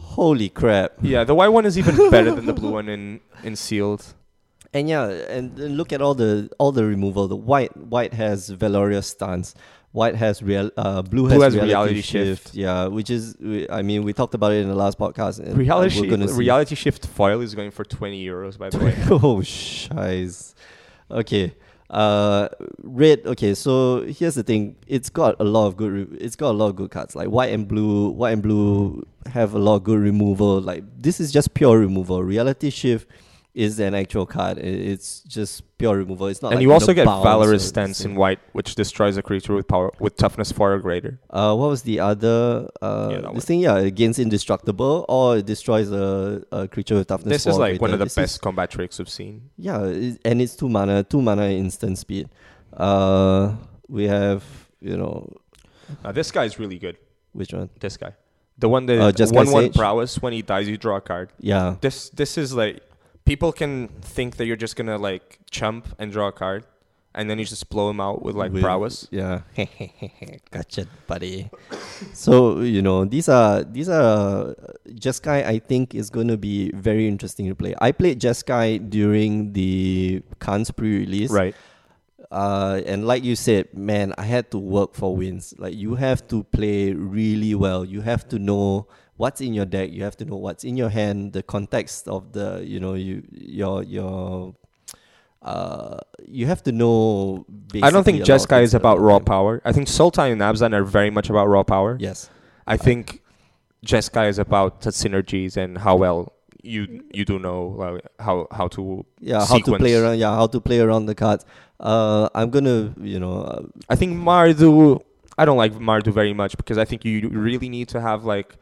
S1: Holy crap.
S2: Yeah, the white one is even better than the blue one in in sealed.
S1: And yeah, and, and look at all the all the removal. The white white has Valorious stance. White has real. Uh, blue,
S2: Blue
S1: has,
S2: has
S1: reality,
S2: Reality
S1: shift.
S2: Shift.
S1: Yeah, which is we, I mean we talked about it in the last podcast. and
S2: Reality
S1: we're gonna
S2: shift,
S1: see-
S2: reality shift foil is going for 20 euros by the way.
S1: oh shiz. Okay. Uh, red. Okay, so here's the thing. It's got a lot of good. Re- it's got a lot of good cards. Like white and blue. White and blue have a lot of good removal. Like this is just pure removal. Reality shift is an actual card. I- It's just pure removal. It's not.
S2: and
S1: like
S2: you
S1: the
S2: also get
S1: bounce
S2: valorous
S1: or
S2: stance
S1: thing.
S2: in white, which destroys a creature with power with toughness four or greater.
S1: Uh, what was the other uh,
S2: Yeah, that
S1: this
S2: one.
S1: thing? Yeah, it gains indestructible or it destroys a, a creature with toughness.
S2: This
S1: four
S2: is
S1: or
S2: like one
S1: greater.
S2: of the
S1: This is-
S2: best combat tricks I've seen.
S1: yeah, it, and it's two mana, two mana instant speed. Uh, we have you know
S2: Now this guy's really good.
S1: which one?
S2: This guy, the one that
S1: Uh, Jeskai
S2: one one
S1: Sage?
S2: prowess. When he dies, you draw a card.
S1: Yeah,
S2: This this is like people can think that you're just gonna like chump and draw a card, and then you just blow him out with like
S1: with-
S2: prowess.
S1: Yeah, gotcha, buddy. so you know these are these are Jeskai. I think is going to be very interesting to play. I played Jeskai during the Khan's pre-release.
S2: Right.
S1: Uh, and like you said, man, I had to work for wins. Like you have to play really well. You have to know what's in your deck. You have to know what's in your hand. The context of the you know you your your uh you have to know. Basically
S2: I don't think
S1: a lot of
S2: Jeskai
S1: things
S2: is about
S1: the
S2: raw
S1: game.
S2: power. I think Sultai and Abzan are very much about raw power.
S1: Yes,
S2: I think Jessica is about the synergies and how well you you do know like, how how to
S1: yeah, how to
S2: sequence.
S1: play around. Yeah, how to play around the cards. Uh, I'm gonna, you know, uh,
S2: I think Mardu. I don't like Mardu very much because I think you really need to have like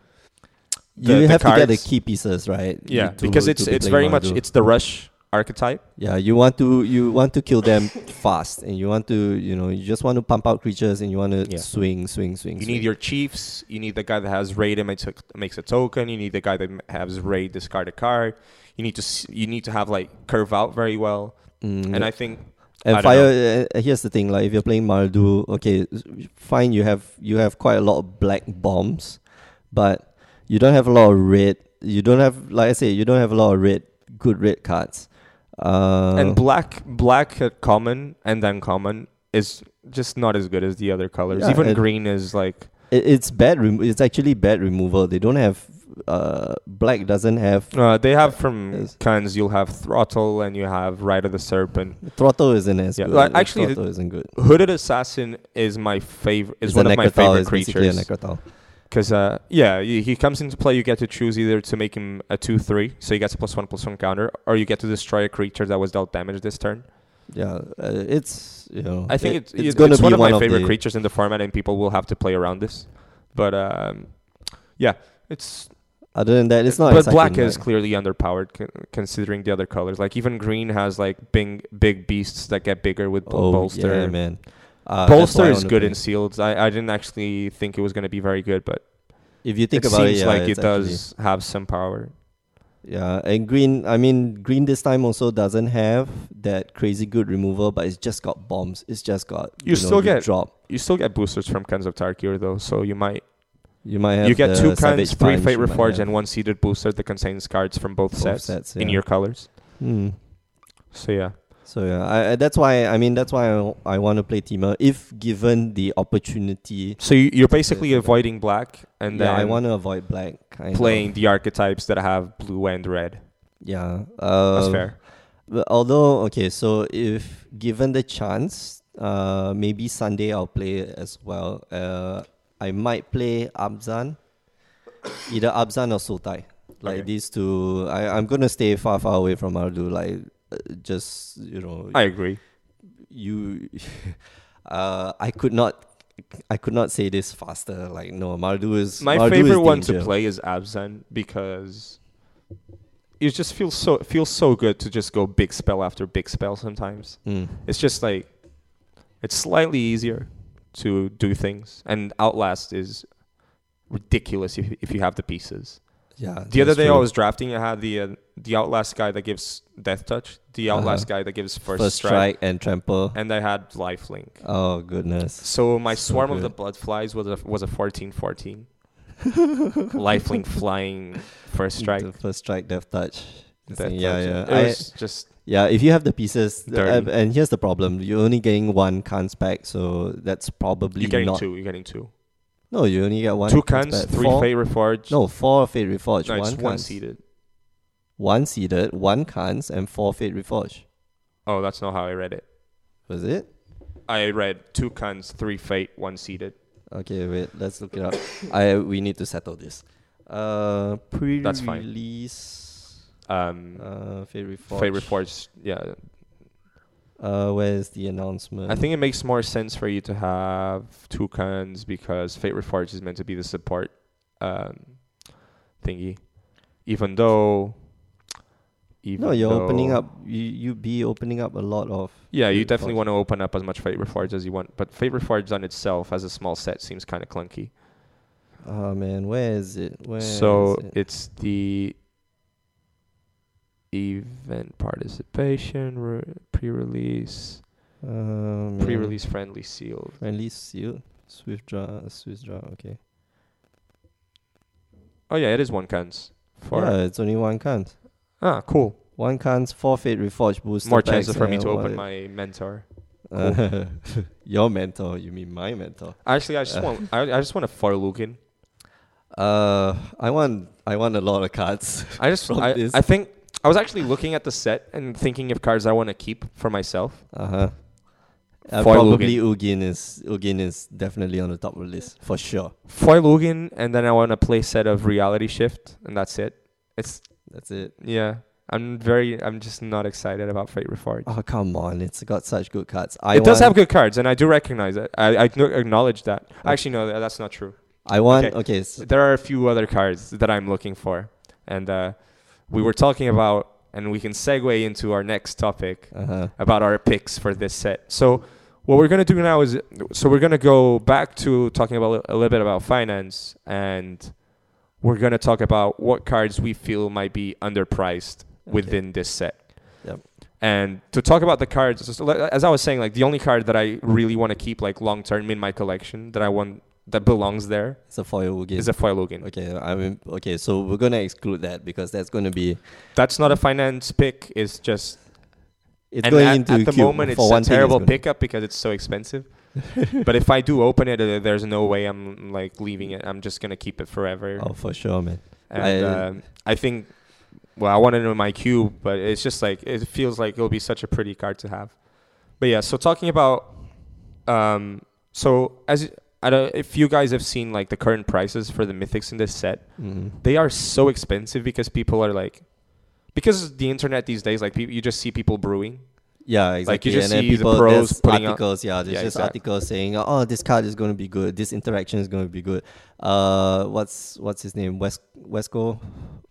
S2: The-
S1: you
S2: the
S1: have to get the
S2: cards.
S1: key pieces right. You-
S2: yeah
S1: to-
S2: because
S1: to
S2: it's
S1: be
S2: it's
S1: playing
S2: very much
S1: Mardu.
S2: it's the rush archetype.
S1: yeah. You want to you want to kill them fast, and you want to you know you just want to pump out creatures, and you want to
S2: Yeah.
S1: swing, swing, swing.
S2: You
S1: swing.
S2: need your chiefs. You need the guy that has raid and makes a, makes a token. You need the guy that m- has raid discard a card. You need to s- you need to have like curve out very well.
S1: Mm,
S2: And I think
S1: And
S2: I don't
S1: fire. Uh, uh, here's the thing: like, if you're playing Mardu, okay, s- fine. You have you have quite a lot of black bombs, but you don't have a lot of red. You don't have, like I say, you don't have a lot of red, good red cards. Uh,
S2: and black black at common and uncommon is just not as good as the other colors.
S1: Yeah,
S2: Even
S1: and-
S2: green is like
S1: it, it's bad. Rem- it's actually bad removal. They don't have. Uh, black doesn't have
S2: uh, they have from
S1: Yes.
S2: cons. You'll have throttle and you have ride of the serpent.
S1: throttle. Isn't as
S2: Yeah,
S1: good.
S2: like, actually, the-
S1: throttle isn't good.
S2: Hooded assassin is my favorite. Is
S1: It's
S2: one
S1: a
S2: of my
S1: Necrotal,
S2: favorite
S1: it's basically a
S2: creatures.
S1: Necrotal.
S2: Because uh, yeah, y- he comes into play. You get to choose either to make him a two-three, so he gets a plus one plus one counter, or you get to destroy a creature that was dealt damage this turn.
S1: Yeah, uh, it's you know.
S2: I think
S1: it-
S2: it's it's,
S1: gonna
S2: it's
S1: be
S2: one of my
S1: of
S2: favorite
S1: the-
S2: creatures in the format, and people will have to play around this. But um, yeah, it's
S1: Other than that, Oh, it's not.
S2: but
S1: exciting,
S2: black is
S1: like-
S2: clearly underpowered con- considering the other colors. Like even green has like big big beasts that get bigger with bol-
S1: Oh
S2: bolster.
S1: yeah, man. Uh, that's why
S2: Bolster
S1: I
S2: is
S1: wanna
S2: good
S1: play.
S2: in sealed. I, I didn't actually think it was going to be very good, but
S1: If you think
S2: it
S1: about
S2: seems
S1: it, yeah,
S2: like it
S1: it's
S2: does have some power.
S1: actually- yeah, and green. I mean, green this time also doesn't have that crazy good removal, but it's just got bombs. It's just got
S2: You still get-
S1: drop.
S2: you still get boosters from Kens of Tarkir though, so you might
S1: You might have
S2: you get
S1: the
S2: two
S1: Savage
S2: Kens, three
S1: Punch,
S2: Fate
S1: you might
S2: Reforged,
S1: have
S2: and one seeded booster that contains cards from both,
S1: both
S2: sets, in
S1: yeah.
S2: your colors.
S1: Hmm.
S2: So yeah,
S1: So yeah, I, I, that's why I mean that's why I, I want to play Teemo if given the opportunity.
S2: so you, you're basically
S1: yeah.
S2: avoiding black and
S1: yeah,
S2: then
S1: I want to avoid black. Kind
S2: playing
S1: Of.
S2: the archetypes that have blue and red.
S1: Yeah. Uh,
S2: That's fair.
S1: But although okay, so if given the chance, uh, maybe Sunday I'll play it as well. Uh, I might play Abzan, either Abzan or Sultai. Like
S2: Okay.
S1: these two, I I'm gonna stay far far away from Ardu. Like uh, just you know,
S2: I agree.
S1: you uh, I could not. I could not say this faster. Like no, Mardu is
S2: My
S1: Mardu is
S2: favorite one to
S1: danger.
S2: play is Abzan because it just feels so it feels so good to just go big spell after big spell sometimes.
S1: Mm.
S2: It's just like it's slightly easier to do things, and Outlast is ridiculous if if you have the pieces.
S1: Yeah.
S2: The other
S1: that's
S2: day
S1: true.
S2: I was drafting, I had the uh, the Outlast guy that gives Death Touch, the Outlast guy that gives First,
S1: first
S2: strike,
S1: strike and trample.
S2: and I had Lifelink.
S1: Oh goodness.
S2: So my
S1: So
S2: swarm of
S1: good.
S2: the blood flies was a was a fourteen fourteen. Lifelink flying first strike.
S1: The first strike, death touch.
S2: Death
S1: Thing, yeah,
S2: touch.
S1: yeah.
S2: It
S1: I-
S2: was just
S1: Yeah, if you have the pieces, uh,
S2: Dirty.
S1: and here's the problem: you're only getting one cans pack, so that's probably
S2: you're getting
S1: not.
S2: two. You're getting two.
S1: No, you only get one.
S2: two
S1: cans
S2: cons,
S1: pack.
S2: three
S1: Four-
S2: fate reforged.
S1: No, four fate reforge.
S2: no,
S1: one
S2: it's one
S1: cans.
S2: seeded.
S1: One seeded, one cans, and four fate reforge.
S2: Oh, that's not how I read it.
S1: Was it?
S2: I read two cons, three fate, one seeded.
S1: Okay, wait. Let's look it up. I we need to settle this. Uh, pre-release.
S2: fine. Um,
S1: Uh, fate reforge.
S2: fate reforged. Yeah,
S1: Uh, where's the announcement?
S2: I think it makes more sense for you to have two cons because fate reforged is meant to be the support um, thingy. Even though, even
S1: No, you're opening
S2: though-
S1: up. You you be opening up a lot of.
S2: Yeah, you
S1: Fate
S2: definitely
S1: Reforged.
S2: want to open up as much fate reforged as you want, but fate reforged on itself as a small set seems kind of clunky.
S1: Oh man, where is it? Where is
S2: so
S1: it?
S2: it's the event participation re- pre-release
S1: Um,
S2: pre-release friendly sealed
S1: friendly seal, swift draw, swift draw. Okay.
S2: oh yeah it is one cans for
S1: yeah, it's only one cant.
S2: ah cool
S1: One cant's forfeit reforge booster.
S2: more chances
S1: packs
S2: for me
S1: and
S2: to open
S1: what-
S2: my mentor
S1: Uh, your mentor, you mean my mentor?
S2: actually i just want I, I just want a far looking
S1: Uh, I want, I want a lot of cards.
S2: i just
S1: From
S2: I,
S1: this.
S2: I think i was actually looking at the set and thinking of cards i want to keep for myself
S1: Uh huh. Uh,
S2: Foil
S1: probably Ugin is Ugin is definitely on the top of the list for sure.
S2: Foil Ugin, and then I want to play set of Reality Shift, and that's it. It's
S1: That's it.
S2: yeah. I'm very. I'm just not excited about Fate Reforged.
S1: Oh come on! It's got such good cuts. I
S2: it does
S1: want- Oh.
S2: have good cards, and I do recognize it. I, I do acknowledge that. Actually, no, tha- that's not true.
S1: I want.
S2: okay.
S1: Okay. so,
S2: There are a few other cards that I'm looking for, and uh, we were talking about, and we can segue into our next topic
S1: uh-huh.
S2: about our picks for this set. So, what we're gonna do now is, so we're gonna go back to talking about a little bit about finance, and we're gonna talk about what cards we feel might be underpriced
S1: Okay.
S2: within this set.
S1: Yep.
S2: And to talk about the cards, just like- as I was saying, like the only card that I really want to keep like long term in my collection that I want that belongs there
S1: It's a foil Ugin.
S2: is a foil Ugin.
S1: okay. I mean. Okay. So we're gonna exclude that because that's gonna be.
S2: That's not a finance pick. It's just
S1: It's
S2: and
S1: going
S2: at,
S1: into
S2: at the
S1: queue.
S2: moment
S1: for
S2: it's
S1: one
S2: a
S1: thing,
S2: terrible
S1: gonna-
S2: pickup because it's so expensive. but if I do open it, uh, there's no way I'm like leaving it. I'm just gonna keep it forever.
S1: Oh, for sure, man.
S2: And
S1: I-
S2: I, um, I think, well, I want to know my cube, but it's just like it feels like it'll be such a pretty card to have. But yeah, so talking about, um, so as I don't, if you guys have seen like the current prices for the mythics in this set,
S1: Mhm.
S2: they are so expensive because people are like, because the internet these days, like people, you just see people brewing.
S1: Yeah,
S2: Like,
S1: exactly.
S2: you just
S1: and
S2: see
S1: then
S2: the
S1: people,
S2: pros
S1: there's
S2: putting out-
S1: articles, yeah, there's
S2: Yeah,
S1: just
S2: exactly.
S1: articles saying, oh, this card is going to be good. This interaction is going to be good. Uh, what's what's his name? West Wesco.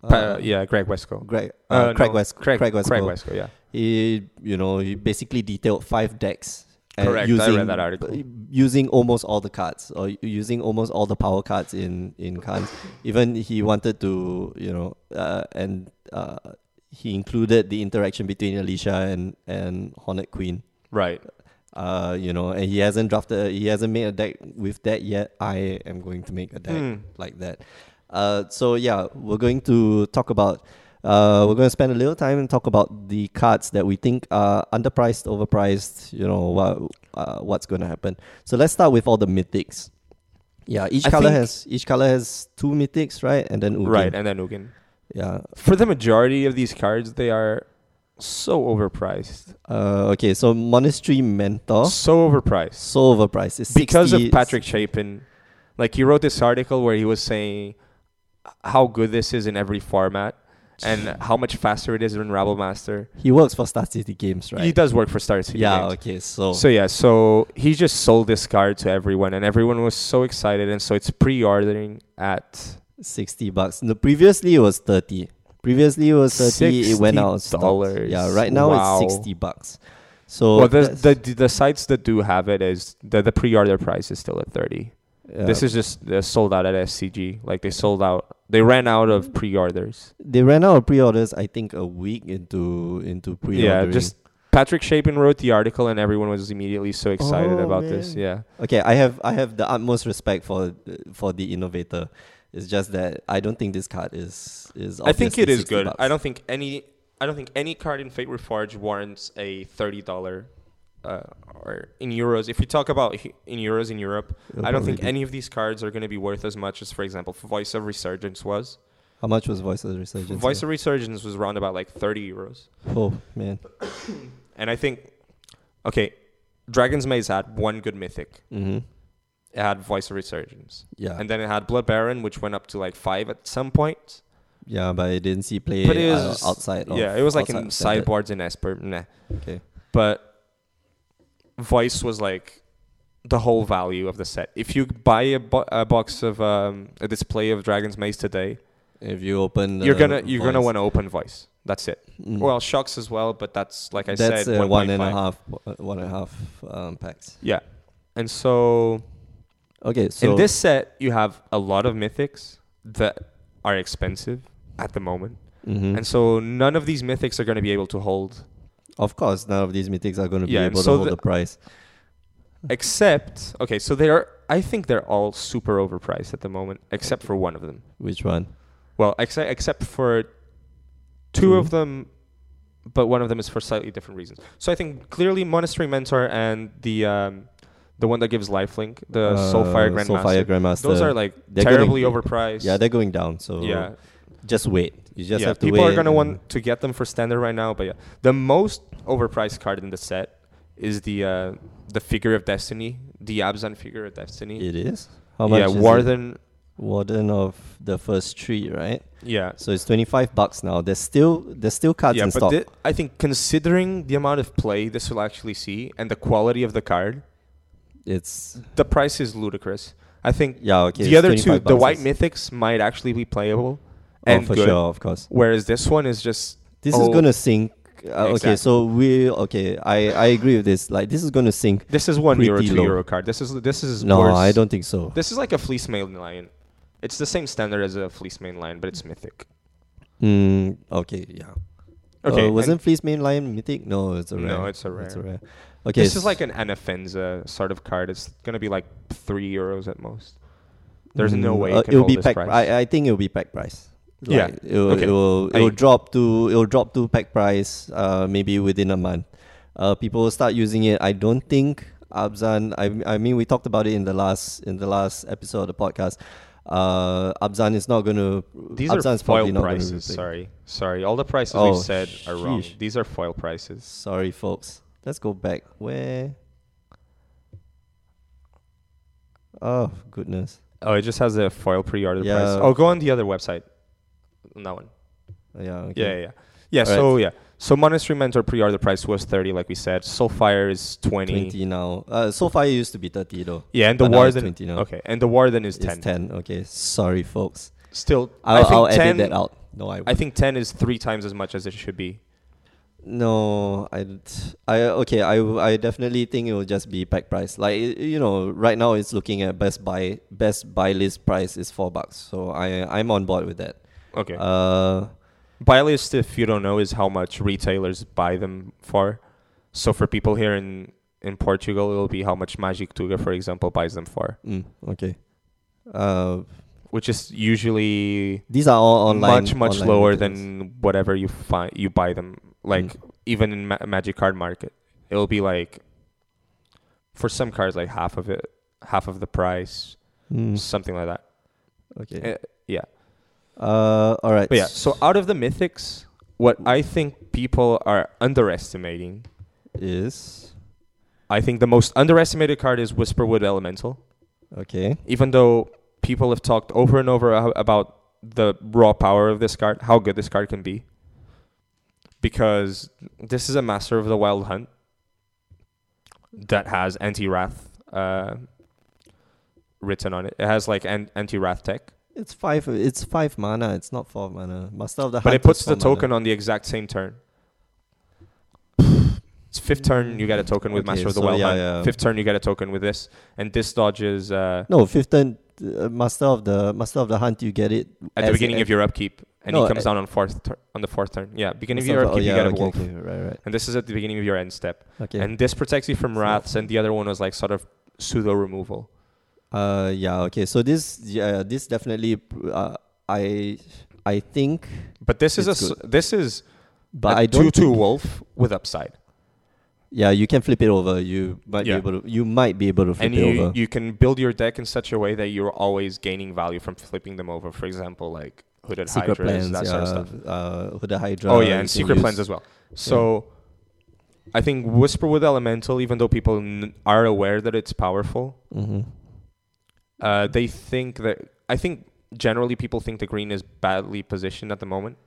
S2: Pa- uh, yeah, Greg Wesco.
S1: Greg. Uh,
S2: Uh,
S1: Craig
S2: no,
S1: West.
S2: Craig,
S1: Craig Wesco.
S2: Craig Wesco. Yeah.
S1: He, you know, he basically detailed five decks. uh,
S2: Correct, I read that article.
S1: b- Using almost all the cards, or u- using almost all the power cards in in cards. Even he wanted to, you know, uh, and uh, he included the interaction between Alicia and and Hornet Queen
S2: Right.
S1: uh, you know, and he hasn't drafted, he hasn't made a deck with that yet. I am going to make a deck
S2: Hmm.
S1: like that. Uh, so yeah, we're going to talk about, uh, we're going to spend a little time and talk about the cards that we think are underpriced, overpriced. You know what, uh, what's going to happen. So let's start with all the mythics. Yeah, each
S2: I
S1: color
S2: think-
S1: has each color has two mythics, right? And then Ugin.
S2: Right. And then Ugin.
S1: Yeah.
S2: For the majority of these cards, they are so overpriced.
S1: Uh, okay. So Monastery Mentor,
S2: So overpriced.
S1: so overpriced. It's
S2: Because
S1: 60
S2: of Patrick Chapin. Like he wrote this article where he was saying how good this is in every format and how much faster it is than Rabble Master.
S1: He works for Star City Games, right?
S2: He does work for Star City.
S1: Yeah,
S2: Games.
S1: okay, so,
S2: So yeah, so he just sold this card to everyone and everyone was so excited and so it's pre-ordering at
S1: 60 bucks. No, previously it was 30. Previously it was 30, it went out. of stock.
S2: $60.
S1: Yeah, right now
S2: Wow.
S1: it's 60 bucks. So
S2: well, the,
S1: that's-
S2: the the sites that do have it is the the pre-order price is still at 30.
S1: yeah.
S2: This is just they're sold out at SCG. Like they sold out. They ran out
S1: Mm-hmm.
S2: of pre-orders.
S1: they ran out of pre-orders I think a week into into pre-ordering.
S2: Yeah, just Patrick Chapin wrote the article, and everyone was immediately so excited
S1: Oh,
S2: about this.
S1: man.
S2: Yeah,
S1: Okay, I have I have the utmost respect for for the innovator. It's just that I don't think this card is is
S2: I think it
S1: obviously
S2: is
S1: 60
S2: good.
S1: bucks.
S2: I don't think any I don't think any card in Fate Reforged warrants a thirty dollar. Uh, or in euros, if we talk about he- in euros in Europe,
S1: It'll
S2: I don't
S1: probably
S2: think
S1: be-
S2: any of these cards are going to be worth as much as, for example, Voice of Resurgence was.
S1: How much was Voice of the Resurgence?
S2: Voice of Resurgence was around about like 30 euros.
S1: Oh, man.
S2: And I think, okay, Dragon's Maze had one good mythic.
S1: Mhm.
S2: It had Voice of Resurgence.
S1: Yeah.
S2: And then it had Blood Baron, which went up to like five at some point.
S1: yeah, but I didn't see play
S2: But it
S1: uh,
S2: was
S1: outside of
S2: Yeah, it was like
S1: outside
S2: in
S1: of standard.
S2: sideboards and Esper. Nah.
S1: Okay.
S2: But Voice was like the whole value of the set. If you buy a, bo- a box of um, a display of Dragon's Maze today,
S1: If you open,
S2: you're
S1: the
S2: gonna you're gonna
S1: voice-
S2: want to open Voice. That's it.
S1: Mm.
S2: Well, shocks as well, but that's like I
S1: that's
S2: said,
S1: uh, one and
S2: 1.5.
S1: a half, uh, one and a half um, packs.
S2: Yeah. And so,
S1: Okay, so
S2: in this set, you have a lot of mythics that are expensive at the moment.
S1: Mhm.
S2: And so, none of these mythics are going to be able to hold,
S1: of course, none of these mythics are going to
S2: Yeah,
S1: be
S2: and
S1: able
S2: so
S1: to hold
S2: the-
S1: the, price.
S2: except, okay, so they are, I think they're all super overpriced at the moment, except for one of them.
S1: Which one?
S2: Well, except, except for two of
S1: Two.
S2: them, but one of them is for slightly different reasons. So, I think clearly Monastery Mentor and the. Um, the one that gives lifelink, the Soulfire Grandmaster.
S1: Uh, Soulfire Grandmaster.
S2: Those are like
S1: They're going-
S2: terribly overpriced.
S1: yeah, they're going down. So
S2: yeah,
S1: just wait. You just
S2: yeah,
S1: have to
S2: people
S1: wait.
S2: are gonna
S1: and-
S2: want to get them for standard right now, but yeah, the most overpriced card in the set is the uh, the figure of destiny, the Abzan figure of destiny.
S1: It is. How much?
S2: yeah,
S1: is it?
S2: Warden.
S1: Warden of the first tree, right?
S2: Yeah.
S1: So it's twenty five bucks now. There's still there's still cards
S2: yeah,
S1: in stock.
S2: thi- I think considering the amount of play this will actually see and the quality of the card,
S1: it's
S2: the price is ludicrous. I think
S1: yeah okay.
S2: the
S1: it's
S2: other two,
S1: 25
S2: the white
S1: bucks.
S2: mythics, might actually be playable
S1: Oh,
S2: and
S1: for
S2: good,
S1: sure, of course.
S2: whereas this one is just
S1: This is
S2: oh,
S1: gonna sink. Uh, Okay,
S2: Exactly.
S1: so we okay. I I agree with this. Like this is gonna sink.
S2: This is one euro,
S1: pretty
S2: two
S1: low.
S2: euro card. This is this is
S1: No,
S2: worse.
S1: I don't think so.
S2: This is like a fleece main lion. It's the same standard as a fleece main lion, but it's mythic.
S1: Mm, okay, yeah.
S2: Okay,
S1: Uh,
S2: and
S1: wasn't Fleece Main Lion mythic? No, it's a rare.
S2: No, it's a
S1: It's a
S2: rare.
S1: rare. Okay,
S2: this
S1: s-
S2: is like an Anafenza sort of card. It's gonna be like three euros at most. There's no
S1: mm,
S2: way
S1: uh,
S2: it can
S1: it'll
S2: hold
S1: be
S2: this
S1: pack.
S2: price.
S1: I I think it'll be pack price.
S2: Yeah,
S1: Like, it'll,
S2: okay.
S1: it'll,
S2: I-
S1: it'll drop to it'll drop to pack price. Uh, maybe within a month, uh, people will start using it. I don't think Abzan. I I mean, we talked about it in the last in the last episode of the podcast. Uh, Abzan is not going to.
S2: These are
S1: Abzan's probably
S2: foil
S1: not gonna
S2: prices.
S1: replace-
S2: Sorry, sorry. All the prices
S1: Oh,
S2: we've said are wrong.
S1: sheesh.
S2: These are foil prices.
S1: Sorry, folks. Let's go back. Where? Oh goodness.
S2: Oh, it just has a foil pre-order price.
S1: Yeah.
S2: Oh, go on the other website. On that one.
S1: Yeah. Okay.
S2: Yeah, yeah, yeah. Yeah.
S1: Alright.
S2: so yeah. So Monastery Mentor pre-order price was thirty, like we said. Soulfire is 20.
S1: 20 now. Uh, so far it used to be 30 though.
S2: Yeah, and the
S1: But now it's
S2: Warden.
S1: 20 now.
S2: Okay, and the Warden is
S1: It's 10.
S2: 10.
S1: Okay. Sorry, folks.
S2: Still, I
S1: I'll,
S2: think
S1: I'll
S2: 10,
S1: edit that out. No, I,
S2: I
S1: won't.
S2: think 10 is three times as much as it should be.
S1: no, I, d- I, okay, I, w- I definitely think it will just be pack price. Like, y- you know, right now it's looking at best buy, best buy list price is four bucks. So I, I'm on board with that.
S2: Okay.
S1: Uh,
S2: buy list, if you don't know, is how much retailers buy them for. So for people here in in Portugal, it'll be how much Magic Tuga, for example, buys them for,
S1: mm, okay. Uh,
S2: which is usually
S1: these are all online.
S2: much much
S1: online
S2: lower
S1: retailers. Mm.
S2: than whatever you find you buy them. Like even in ma- Magic Card Market, it'll be like for some cards like half of it, half of the price,
S1: Mm,
S2: something like that.
S1: okay.
S2: Eh, yeah.
S1: Uh, all right.
S2: But yeah, so out of the mythics, what I think people are underestimating,
S1: Is
S2: I think the most underestimated card is Whisperwood Elemental.
S1: okay.
S2: Even though people have talked over and over a- about the raw power of this card, how good this card can be. Because this is a Master of the Wild Hunt that has anti wrath uh, written on it. It has like an- anti wrath tech.
S1: It's five. It's five mana. It's not four mana. Master of the
S2: But
S1: Hunt
S2: it puts
S1: is
S2: the
S1: four mana.
S2: token on the exact same turn. It's fifth turn, you get a token with
S1: Okay,
S2: Master of the
S1: so
S2: Wild
S1: yeah,
S2: Hunt.
S1: yeah.
S2: Fifth turn, you get a token with this, and this dodges uh,
S1: No, fifth turn, uh, master of the master of the hunt. You get it
S2: at
S1: as
S2: the beginning
S1: a-
S2: of your upkeep, and
S1: No,
S2: he comes
S1: uh,
S2: down on fourth tur- on the fourth turn. Yeah, beginning of
S1: master
S2: your
S1: of- oh,
S2: upkeep, you
S1: yeah,
S2: get a
S1: okay,
S2: wolf,
S1: okay, right, right.
S2: and this is at the beginning of your end step.
S1: Okay.
S2: And this protects you from
S1: So-
S2: wraths, and the other one was like sort of pseudo removal.
S1: uh, yeah. Okay. So this, yeah, this definitely. Uh, I, I think,
S2: But this is
S1: It's
S2: a s- this is
S1: but
S2: a
S1: I don't.
S2: two-two
S1: think-
S2: wolf with upside.
S1: Yeah, you can flip it over. You might
S2: Yeah.
S1: be able to. You might be able to flip
S2: and
S1: it
S2: you,
S1: over.
S2: you can build your deck in such a way that you're always gaining value from flipping them over. For example, like hooded
S1: secret
S2: hydras,
S1: plans,
S2: that
S1: yeah,
S2: sort of stuff.
S1: uh, Huda Hydra.
S2: Oh
S1: you
S2: yeah,
S1: can
S2: and secret plans
S1: use-
S2: as well. So I think Whisperwood Elemental, even though people n- are aware that it's powerful,
S1: Mhm.
S2: uh, they think that I think generally people think the green is badly positioned at the moment.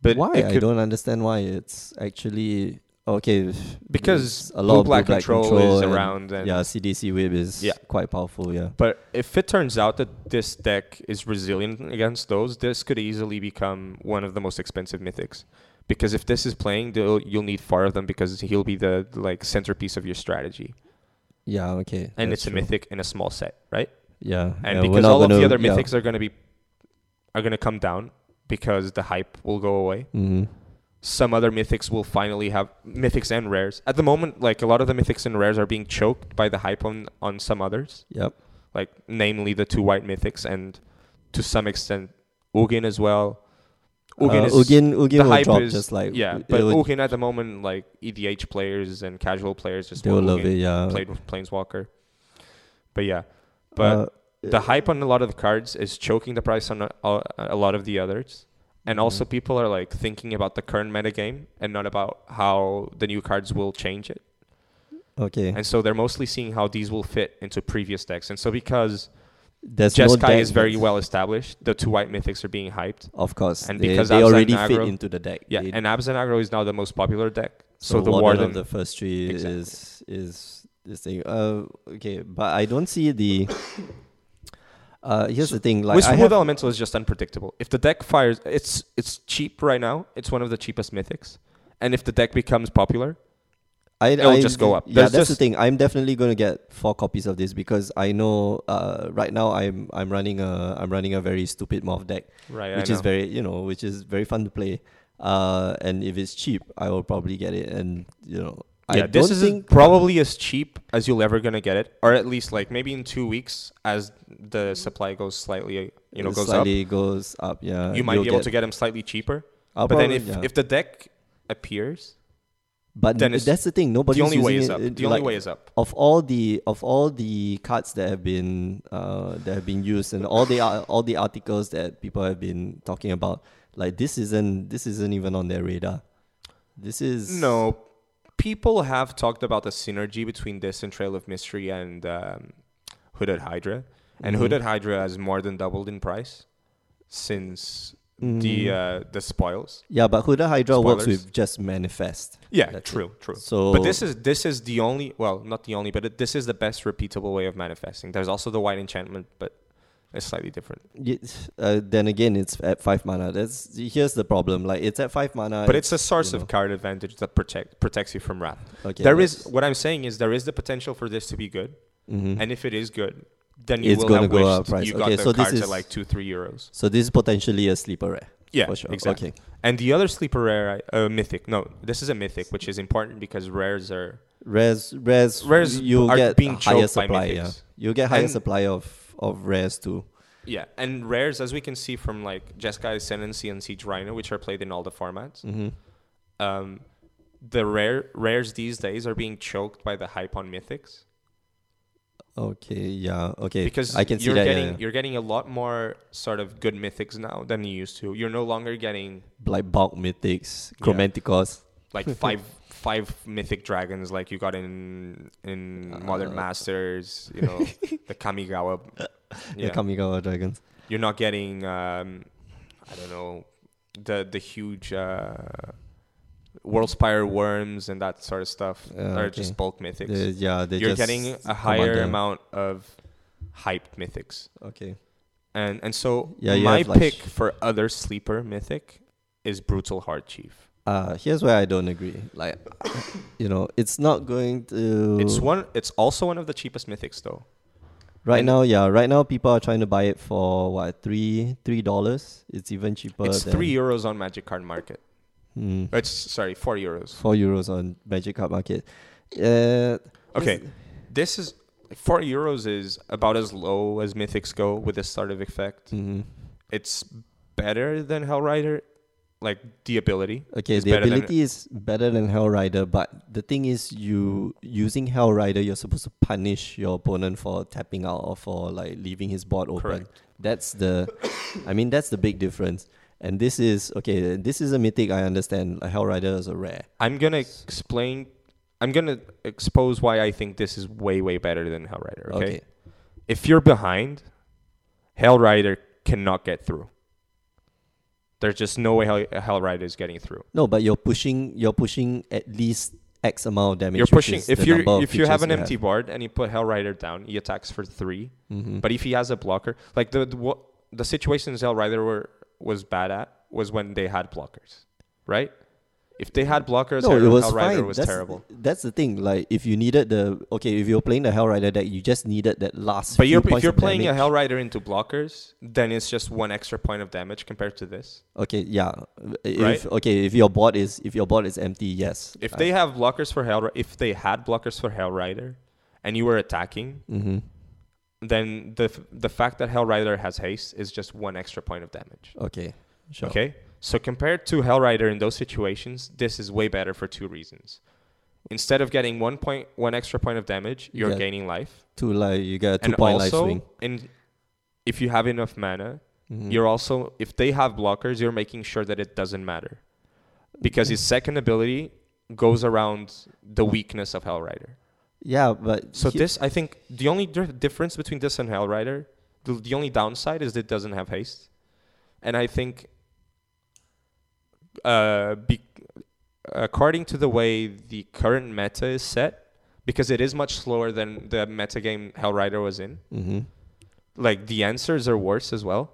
S2: But
S1: why?
S2: it
S1: I
S2: could-
S1: don't understand why it's actually okay. f-
S2: because
S1: a lot of
S2: black
S1: blue-black
S2: control,
S1: control
S2: is
S1: and-
S2: around and
S1: yeah, CDC Web is
S2: Yeah.
S1: quite powerful. Yeah.
S2: But if it turns out that this deck is resilient against those, this could easily become one of the most expensive mythics. Because if this is playing, they'll- you'll need four of them because he'll be the like centerpiece of your strategy,
S1: Yeah. Okay.
S2: and
S1: that's
S2: it's a
S1: true.
S2: mythic in a small set, right?
S1: Yeah. yeah,
S2: And
S1: we're
S2: because
S1: not
S2: all of the
S1: gonna-
S2: other
S1: yeah.
S2: mythics are gonna be are gonna come down because the hype will go away.
S1: Mhm.
S2: Some other mythics will finally have mythics and rares. At the moment, like a lot of the mythics and rares are being choked by the hype on on some others.
S1: Yep.
S2: like namely the two white mythics and to some extent Ugin as well. Ugin
S1: Uh,
S2: is
S1: Ugin, Ugin
S2: the
S1: will
S2: hype
S1: drop
S2: is
S1: just like
S2: yeah,
S1: it
S2: but
S1: will-
S2: Ugin at the moment like EDH players and casual players just
S1: they will
S2: want
S1: love
S2: Ugin,
S1: it. Yeah.
S2: played with Planeswalker. But yeah, but
S1: Uh,
S2: the hype on a lot of the cards is choking the price on a, a a lot of the others. And also,
S1: Mhm.
S2: people are like thinking about the current metagame and not about how the new cards will change it.
S1: Okay.
S2: And so they're mostly seeing how these will fit into previous decks. And so because
S1: There's no
S2: Jeskai
S1: deck
S2: is very
S1: that's-
S2: well established, the two white mythics are being hyped.
S1: Of course.
S2: and
S1: they,
S2: because
S1: they
S2: Abzan
S1: already fit
S2: aggro-
S1: into the deck.
S2: Yeah,
S1: They-
S2: and Abzan Aggro is now the most popular deck. So, the
S1: Warden
S2: Warden,
S1: of the first tree
S2: Exactly.
S1: is is this thing. Uh, okay, but I don't see the. Uh, here's the thing. Like
S2: with
S1: I
S2: Smooth
S1: have,
S2: Elemental is just unpredictable. If the deck fires, it's it's cheap right now. It's one of the cheapest mythics. And if the deck becomes popular,
S1: I,
S2: it'll
S1: I-
S2: just go up.
S1: Yeah,
S2: There's
S1: that's the
S2: just-
S1: thing. I'm definitely gonna get four copies of this because I know. Uh, right now I'm I'm running a I'm running a very stupid moth deck,
S2: right,
S1: which is very you know which is very fun to play. Uh, and if it's cheap, I will probably get it. And you know, I
S2: yeah,
S1: don't
S2: this is
S1: think
S2: probably as cheap as you'll ever gonna get it, or at least like maybe in two weeks as the supply goes slightly, you know,
S1: it
S2: goes up.
S1: slightly goes up. Yeah,
S2: You might
S1: you'll
S2: be able to get them slightly cheaper.
S1: I'll
S2: but then
S1: probably-
S2: if
S1: yeah.
S2: if the deck appears,
S1: But
S2: Then
S1: n-
S2: it's-
S1: that's the thing. Nobody's
S2: the only way
S1: using
S2: is
S1: it-
S2: up.
S1: it-
S2: the only
S1: like,
S2: way is up.
S1: of all the of all the cards that have been uh, that have been used and all the ar- all the articles that people have been talking about. Like this isn't this isn't even on their radar. This is
S2: No, people have talked about the synergy between this and Trail of Mystery and um, Hooded Hydra, and
S1: Mhm.
S2: Hooded Hydra has more than doubled in price since the
S1: Mm.
S2: uh, the spoils.
S1: yeah, but Huda Hydra works
S2: Spoilers.
S1: with just manifest.
S2: Yeah,
S1: That's it.
S2: true, true.
S1: So
S2: but this is this is the only well, not the only, but it, this is the best repeatable way of manifesting. There's also the white enchantment, but it's slightly different.
S1: y- uh, then again it's at five mana. That's here's the problem. Like it's at five mana.
S2: But it's a source
S1: you
S2: of
S1: know.
S2: card advantage that protect protects you from wrath.
S1: okay,
S2: There is what I'm saying is there is the potential for this to be good,
S1: hmm
S2: and if it is good, then you
S1: It's
S2: will
S1: gonna
S2: have
S1: go
S2: wished
S1: up price.
S2: you got
S1: Okay,
S2: the
S1: so this
S2: cards
S1: is-
S2: at like two, three euros.
S1: so this is potentially a sleeper rare.
S2: Yeah,
S1: for sure.
S2: exactly.
S1: Okay,
S2: And the other sleeper rare, I- uh, mythic. No, this is a mythic, which is important because rares are
S1: rares rares
S2: Rares
S1: you
S2: are
S1: get
S2: being
S1: higher
S2: choked by
S1: supply. Yeah,
S2: mythics.
S1: you get higher
S2: And-
S1: supply of of rares too.
S2: yeah, and rares as we can see from like Jeskai Ascendancy and Siege Rhino, which are played in all the formats.
S1: hmm
S2: um, the rare rares these days are being choked by the hype on mythics
S1: Okay, yeah, okay.
S2: because
S1: I can see
S2: you're
S1: that.
S2: getting
S1: yeah, yeah.
S2: you're getting a lot more sort of good mythics now than you used to. You're no longer getting
S1: Like bulk mythics,
S2: Yeah.
S1: chromanticos.
S2: like five five mythic dragons like you got in in
S1: Uh,
S2: Modern Masters, you know, the Kamigawa.
S1: Yeah.
S2: Yeah,
S1: Kamigawa dragons.
S2: you're not getting um, I don't know the the huge. Uh, Worldspire worms and that sort of stuff
S1: Uh,
S2: are
S1: okay.
S2: just bulk mythics.
S1: They're- yeah, they're
S2: you're
S1: just
S2: getting a higher
S1: commander.
S2: amount of hyped mythics
S1: Okay.
S2: and and so
S1: Yeah, you
S2: my
S1: have, like,
S2: pick
S1: sh-
S2: for other sleeper mythic is brutal heart chief
S1: Uh, here's where I don't agree. Like, you know, it's not going to.
S2: it's one it's also one of the cheapest mythics though
S1: right
S2: and-
S1: now. Yeah, right now people are trying to buy it for what three three dollars. It's even cheaper.
S2: it's
S1: than,
S2: three euros on magic card market
S1: Hmm.
S2: it's sorry four euros
S1: four euros on Magic Card Market. Uh,
S2: okay this is four euros is about as low as mythics go with this sort of effect
S1: hmm
S2: it's better than hellrider like the ability
S1: Okay,
S2: It's
S1: the
S2: better than-
S1: ability is better than Hellrider, but the thing is, you using Hellrider, you're supposed to punish your opponent for tapping out or for like leaving his board open.
S2: Correct.
S1: That's the, I mean, that's the big difference. And this is okay. This is a mythic. I understand. A Hellrider is a rare.
S2: I'm gonna explain. I'm gonna expose why I think this is way way better than Hellrider. Okay.
S1: Okay.
S2: If you're behind, Hellrider cannot get through. There's just no way Hell, Hellrider is getting through.
S1: No, but you're pushing. You're pushing at least X amount of damage.
S2: you're
S1: which
S2: pushing.
S1: is
S2: If
S1: the
S2: you
S1: number of
S2: if you have
S1: creatures
S2: an empty board and you put Hellrider down, he attacks for 3
S1: Mhm.
S2: But if he has a blocker, like the the, what, the situations Hellrider were was bad at was when they had blockers, right? If they had blockers,
S1: No,
S2: Hell-
S1: it was
S2: Hellrider
S1: fine.
S2: was
S1: that's,
S2: terrible.
S1: That's the thing. Like, if you needed the okay, if you're playing the Hellrider deck, you just needed that last.
S2: But
S1: few
S2: you're, if
S1: points
S2: you're
S1: of
S2: playing
S1: damage.
S2: a Hellrider into blockers, then it's just one extra point of damage compared to this.
S1: Okay, yeah. If,
S2: Right?
S1: Okay, if your board is if your board is empty, yes.
S2: If they have blockers for Hellrider, if they had blockers for Hellrider, and you were attacking,
S1: hmm
S2: then the f- the fact that Hellrider has haste is just one extra point of damage.
S1: Okay, sure.
S2: Okay, so compared to Hellrider in those situations, this is way better for two reasons. Instead of getting one point, one extra point of damage,
S1: You
S2: you're
S1: get
S2: gaining life,
S1: Two like you get a two
S2: and
S1: point life
S2: also,
S1: swing.
S2: in if you have enough mana,
S1: Mhm.
S2: you're also if they have blockers you're making sure that it doesn't matter because his second ability goes around the weakness of hellrider
S1: Yeah, but
S2: So
S1: he-
S2: this, I think, the only dir- difference between this and Hellrider, the, the only downside is it doesn't have haste, and I think, uh, be, according to the way the current meta is set, because it is much slower than the meta game Hellrider was in.
S1: Mhm.
S2: Like the answers are worse as well.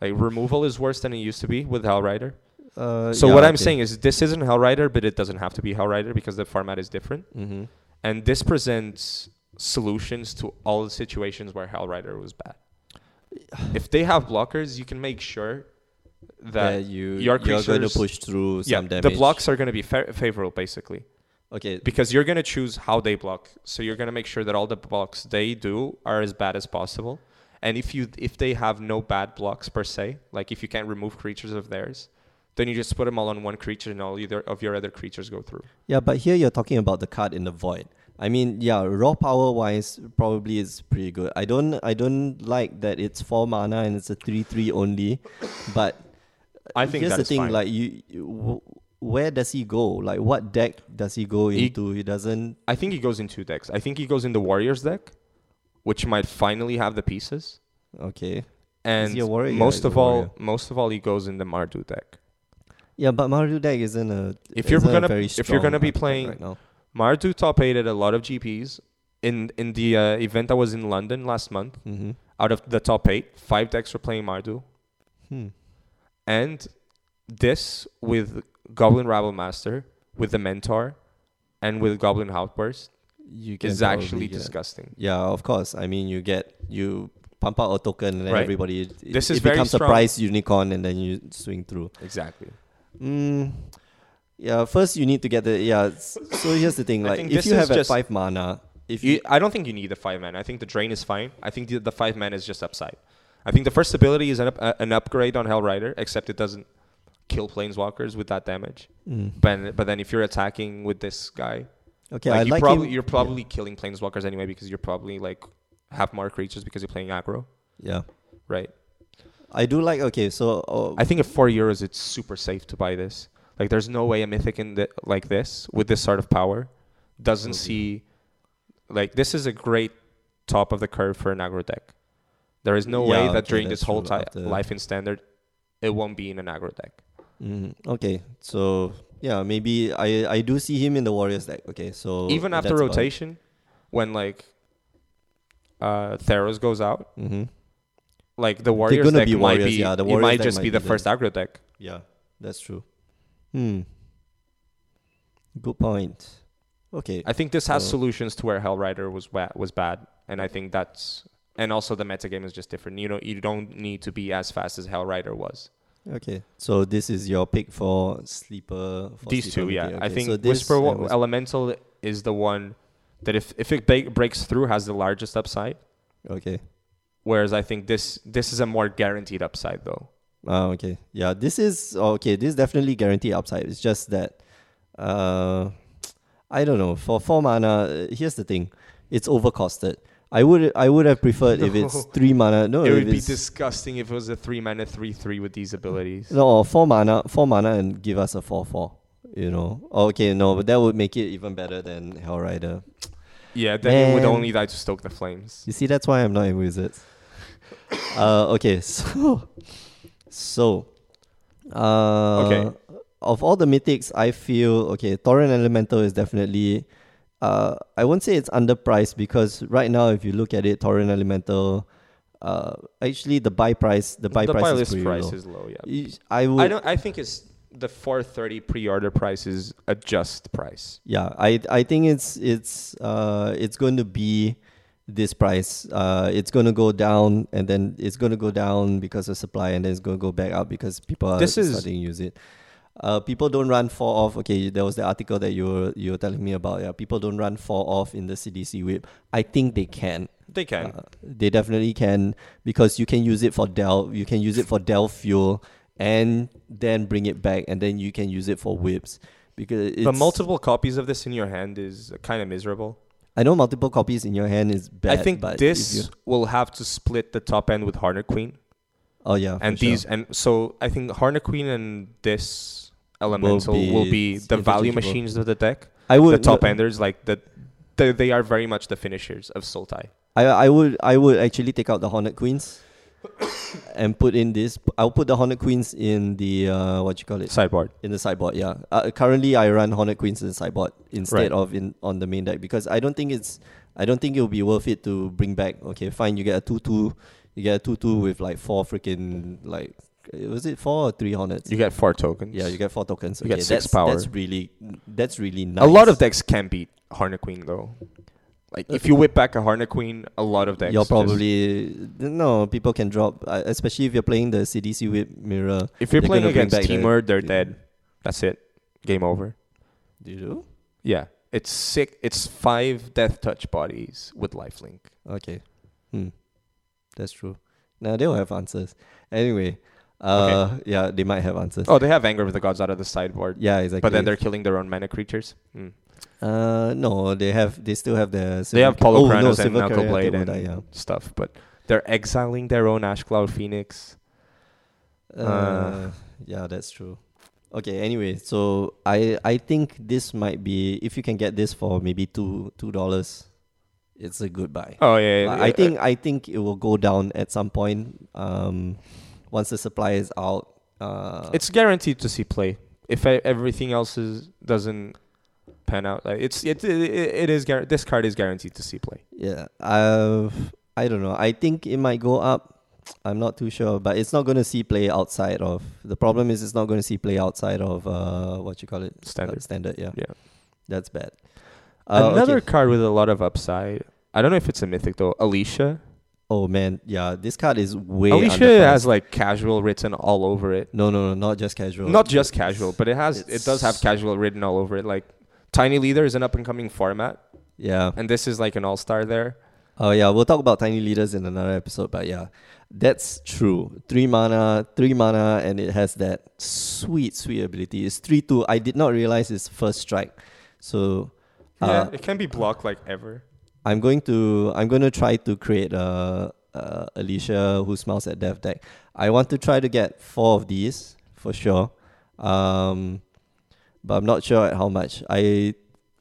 S2: Like removal is worse than it used to be with Hellrider.
S1: Uh,
S2: So what I'm saying is this isn't Hellrider, but it doesn't have to be Hellrider because the format is different
S1: hmm
S2: and this presents solutions to all the situations where Hellrider was bad. If they have blockers, you can make sure that
S1: you
S2: your
S1: you're going to
S2: creatures-
S1: push through
S2: yeah,
S1: some damage.
S2: the blocks are going to be fa- favorable basically
S1: Okay.
S2: because you're going to choose how they block. So you're going to make sure that all the blocks they do are as bad as possible. And if you if they have no bad blocks per se, like if you can't remove creatures of theirs, then you just put them all on one creature and all either of your other creatures go through.
S1: Yeah, but here you're talking about the card in the void. I mean, yeah, raw power wise, probably it's pretty good. I don't, I don't like that it's four mana and it's a three three only, but
S2: I think
S1: here's
S2: that
S1: the
S2: is
S1: thing:
S2: fine.
S1: like you, you- w- where does he go? Like what deck does he go
S2: He-
S1: into? He, doesn't.
S2: I think he goes in two decks. I think he goes in the Warriors deck, which might finally have the pieces.
S1: Okay.
S2: And
S1: he a warrior? Yeah, he's
S2: most
S1: a
S2: of all,
S1: warrior.
S2: most of all, he goes in the Mardu deck.
S1: Yeah, but Mario deck isn't a.
S2: If you're
S1: isn't a
S2: gonna-
S1: very
S2: if you're gonna
S1: strong
S2: be
S1: archetype
S2: playing-
S1: right now,
S2: Mardu top eight at a lot of GPs. In in the uh, event I was in London last month,
S1: mm-hmm.
S2: out of the top eight, five decks were playing Mardu,
S1: hmm.
S2: and this with Goblin Rabble Master, with the Mentor, and with Goblin Outburst
S1: you can
S2: is actually
S1: probably get-
S2: disgusting.
S1: Yeah, of course. I mean, you get you pump out a token and then
S2: Right.
S1: everybody. It,
S2: This
S1: it
S2: is very
S1: becomes a
S2: strong.
S1: prize unicorn and then you swing through.
S2: Exactly.
S1: Mm, yeah, first you need to get the yeah. s- So here's the thing:
S2: I
S1: like
S2: think
S1: if
S2: this
S1: you
S2: is
S1: have at
S2: just-
S1: five mana, if you,
S2: You, I don't think you need the five man. I think the drain is fine. I think the, the five man is just upside. I think the first ability is an, up, uh, an upgrade on Hellrider, except it doesn't kill planeswalkers with that damage.
S1: Mm.
S2: But but then if you're attacking with this guy,
S1: okay,
S2: like
S1: I
S2: you
S1: like
S2: probably,
S1: him-
S2: you're probably killing planeswalkers anyway because you're probably like have more creatures because you're playing aggro,
S1: yeah.
S2: right?
S1: I do like okay. So oh,
S2: I think at four euros, it's super safe to buy this. Like there's no way a mythic in the, like this with this sort of power doesn't see. Like this is a great top of the curve for an aggro deck. There is no way
S1: Yeah,
S2: that
S1: okay,
S2: during this
S1: that's
S2: whole
S1: true.
S2: ti-
S1: After-
S2: life in standard, it won't be in an aggro deck.
S1: mm, okay. So yeah, maybe I I do see him in the Warriors deck. Okay, so
S2: Even after rotation, when like uh Theros goes out,
S1: hmm
S2: like the Warriors
S1: gonna
S2: deck
S1: be
S2: might
S1: warriors,
S2: be
S1: yeah, the
S2: it
S1: warriors
S2: might
S1: deck
S2: just
S1: might
S2: be the
S1: be the-
S2: first aggro deck.
S1: Yeah, that's true. Hmm. Good point. Okay.
S2: I think this has
S1: So-
S2: solutions to where Hellrider was wa- was bad, and I think that's and also the metagame is just different. You know, you don't need to be as fast as Hellrider was.
S1: Okay, so this is your pick for sleeper. For
S2: These
S1: sleeper
S2: two, yeah,
S1: meeting.
S2: I
S1: Okay,
S2: think
S1: so this
S2: Whisper
S1: and
S2: Wa-
S1: Whisper-
S2: Elemental is the one that if if it ba- breaks through has the largest upside.
S1: okay.
S2: Whereas I think this this is a more guaranteed upside though.
S1: Ah, okay. Yeah, this is okay. This definitely guarantee upside. It's just that, uh, I don't know. For four mana, uh, here's the thing: it's overcosted. I would I would have preferred if it's
S2: No.
S1: three mana. No,
S2: it
S1: if
S2: would be
S1: it's-
S2: disgusting if it was a three mana three three with these abilities.
S1: No, or four mana, four mana, and give us a four four. You know. Okay, no, but that would make it even better than Hellrider.
S2: Yeah, then it would
S1: Man.
S2: only die to stoke the flames.
S1: You see, that's why I'm not in Wizards. uh, okay, so, so, uh,
S2: Okay.
S1: Of all the mythics, I feel okay. Torrent Elemental is definitely, uh, I won't say it's underpriced because right now, if you look at it, Torrent Elemental, uh, actually the buy price, the buy
S2: the
S1: price
S2: buy
S1: is
S2: list
S1: pretty
S2: price
S1: low.
S2: is low. Yeah.
S1: You- I would.
S2: I don't. I think it's the 430 pre-order price is a just price.
S1: Yeah, I I think it's it's uh it's going to be this price. Uh, it's going to go down, and then it's going to go down because of supply, and then it's going to go back up because people are
S2: This is-
S1: starting to use it. Uh, people don't run four off. Okay, there was the article that you were you were telling me about. Yeah, people don't run four off in the CDC whip. I think they can.
S2: They can.
S1: Uh, they definitely can because you can use it for Dell. You can use it for Dell fuel, and then bring it back, and then you can use it for whips. Because it's,
S2: the multiple copies of this in your hand is kind of miserable.
S1: I know multiple copies in your hand is bad.
S2: I think
S1: but if
S2: this
S1: you-
S2: will have to split the top end with Harlequin
S1: oh yeah, for
S2: and
S1: sure.
S2: these and so I think Harlequin and this elemental
S1: be
S2: will be the value
S1: interchangeable.
S2: machines of the deck.
S1: I would
S2: The top enders like the they, they are very much the finishers of Sultai.
S1: I I would I would actually take out the Hornet Queens and put in this. I'll put the Hornet Queens in the uh, what you call it
S2: Sideboard.
S1: in the sideboard. Yeah. Uh, currently, I run Hornet Queens in the sideboard instead
S2: Right.
S1: of in on the main deck because I don't think it's I don't think it'll be worth it to bring back. Okay, fine. You get a two two, you get a two two with like four freaking like uh, was it four or three Hornets?
S2: You get four tokens.
S1: yeah, you get four tokens.
S2: you get
S1: okay,
S2: six
S1: that's,
S2: power.
S1: That's really that's really nice.
S2: A lot of decks can beat Harna Queen though. Like if you whip back a Harna Queen, a lot of decks.
S1: You're
S2: just-
S1: probably no people can drop, uh, especially if you're playing the CDC whip mirror.
S2: if you're
S1: they're
S2: playing
S1: gonna bring
S2: against
S1: back the-
S2: Teamer, they're
S1: the-
S2: dead. That's it. Game over.
S1: Do you do?
S2: Yeah. It's six it's five death touch bodies with lifelink.
S1: Okay. Hmm. That's true. Now they'll have answers. Anyway, uh, yeah, they might have answers.
S2: Oh, they have Anger of the Gods out of the sideboard.
S1: Yeah, exactly.
S2: But then they're killing their own mana creatures. Mm.
S1: uh no, they have they still have the
S2: They have Polo
S1: oh, no,
S2: Kranos and
S1: Silver
S2: Knuckle
S1: Courier,
S2: Blade
S1: they will
S2: and
S1: die, yeah.
S2: stuff, but they're exiling their own Ash Cloud Phoenix.
S1: Uh,
S2: Uh.
S1: yeah, that's true. Okay, anyway, so I I think this might be if you can get this for maybe two two dollars, it's a good buy.
S2: Oh yeah, yeah,
S1: But
S2: yeah,
S1: I
S2: uh,
S1: think I think it will go down at some point. Um, once the supply is out. Uh,
S2: it's guaranteed to see play if e- everything else is doesn't pan out. Like it's it it, it is guar- this card is guaranteed to see play.
S1: Yeah, uh, I don't know. I think it might go up. I'm not too sure, but it's not going to see play outside of. The problem is it's not going to see play outside of uh, what you call it Uh,
S2: Standard.
S1: standard, yeah,
S2: Yeah.
S1: that's bad. Uh,
S2: Another
S1: okay.
S2: card with a lot of upside. I don't know if it's a mythic though. Alicia.
S1: Oh man, yeah, this card is way.
S2: Alicia
S1: underpriced.
S2: has like casual written all over it.
S1: no, no, no, not just casual.
S2: Not just casual, but it has it does have
S1: It's-
S2: casual written all over it. Like Tiny Leader is an up and coming format,
S1: yeah.
S2: and this is like an all star there.
S1: Oh yeah, we'll talk about tiny leaders in another episode, but yeah, that's true. Three mana, three mana, and it has that sweet, sweet ability. It's three two. I did not realize it's first strike, so uh,
S2: yeah, it can be blocked like ever.
S1: I'm going to I'm going to try to create a, a Alicia who smiles at death deck. I want to try to get four of these for sure, um, but I'm not sure at how much. I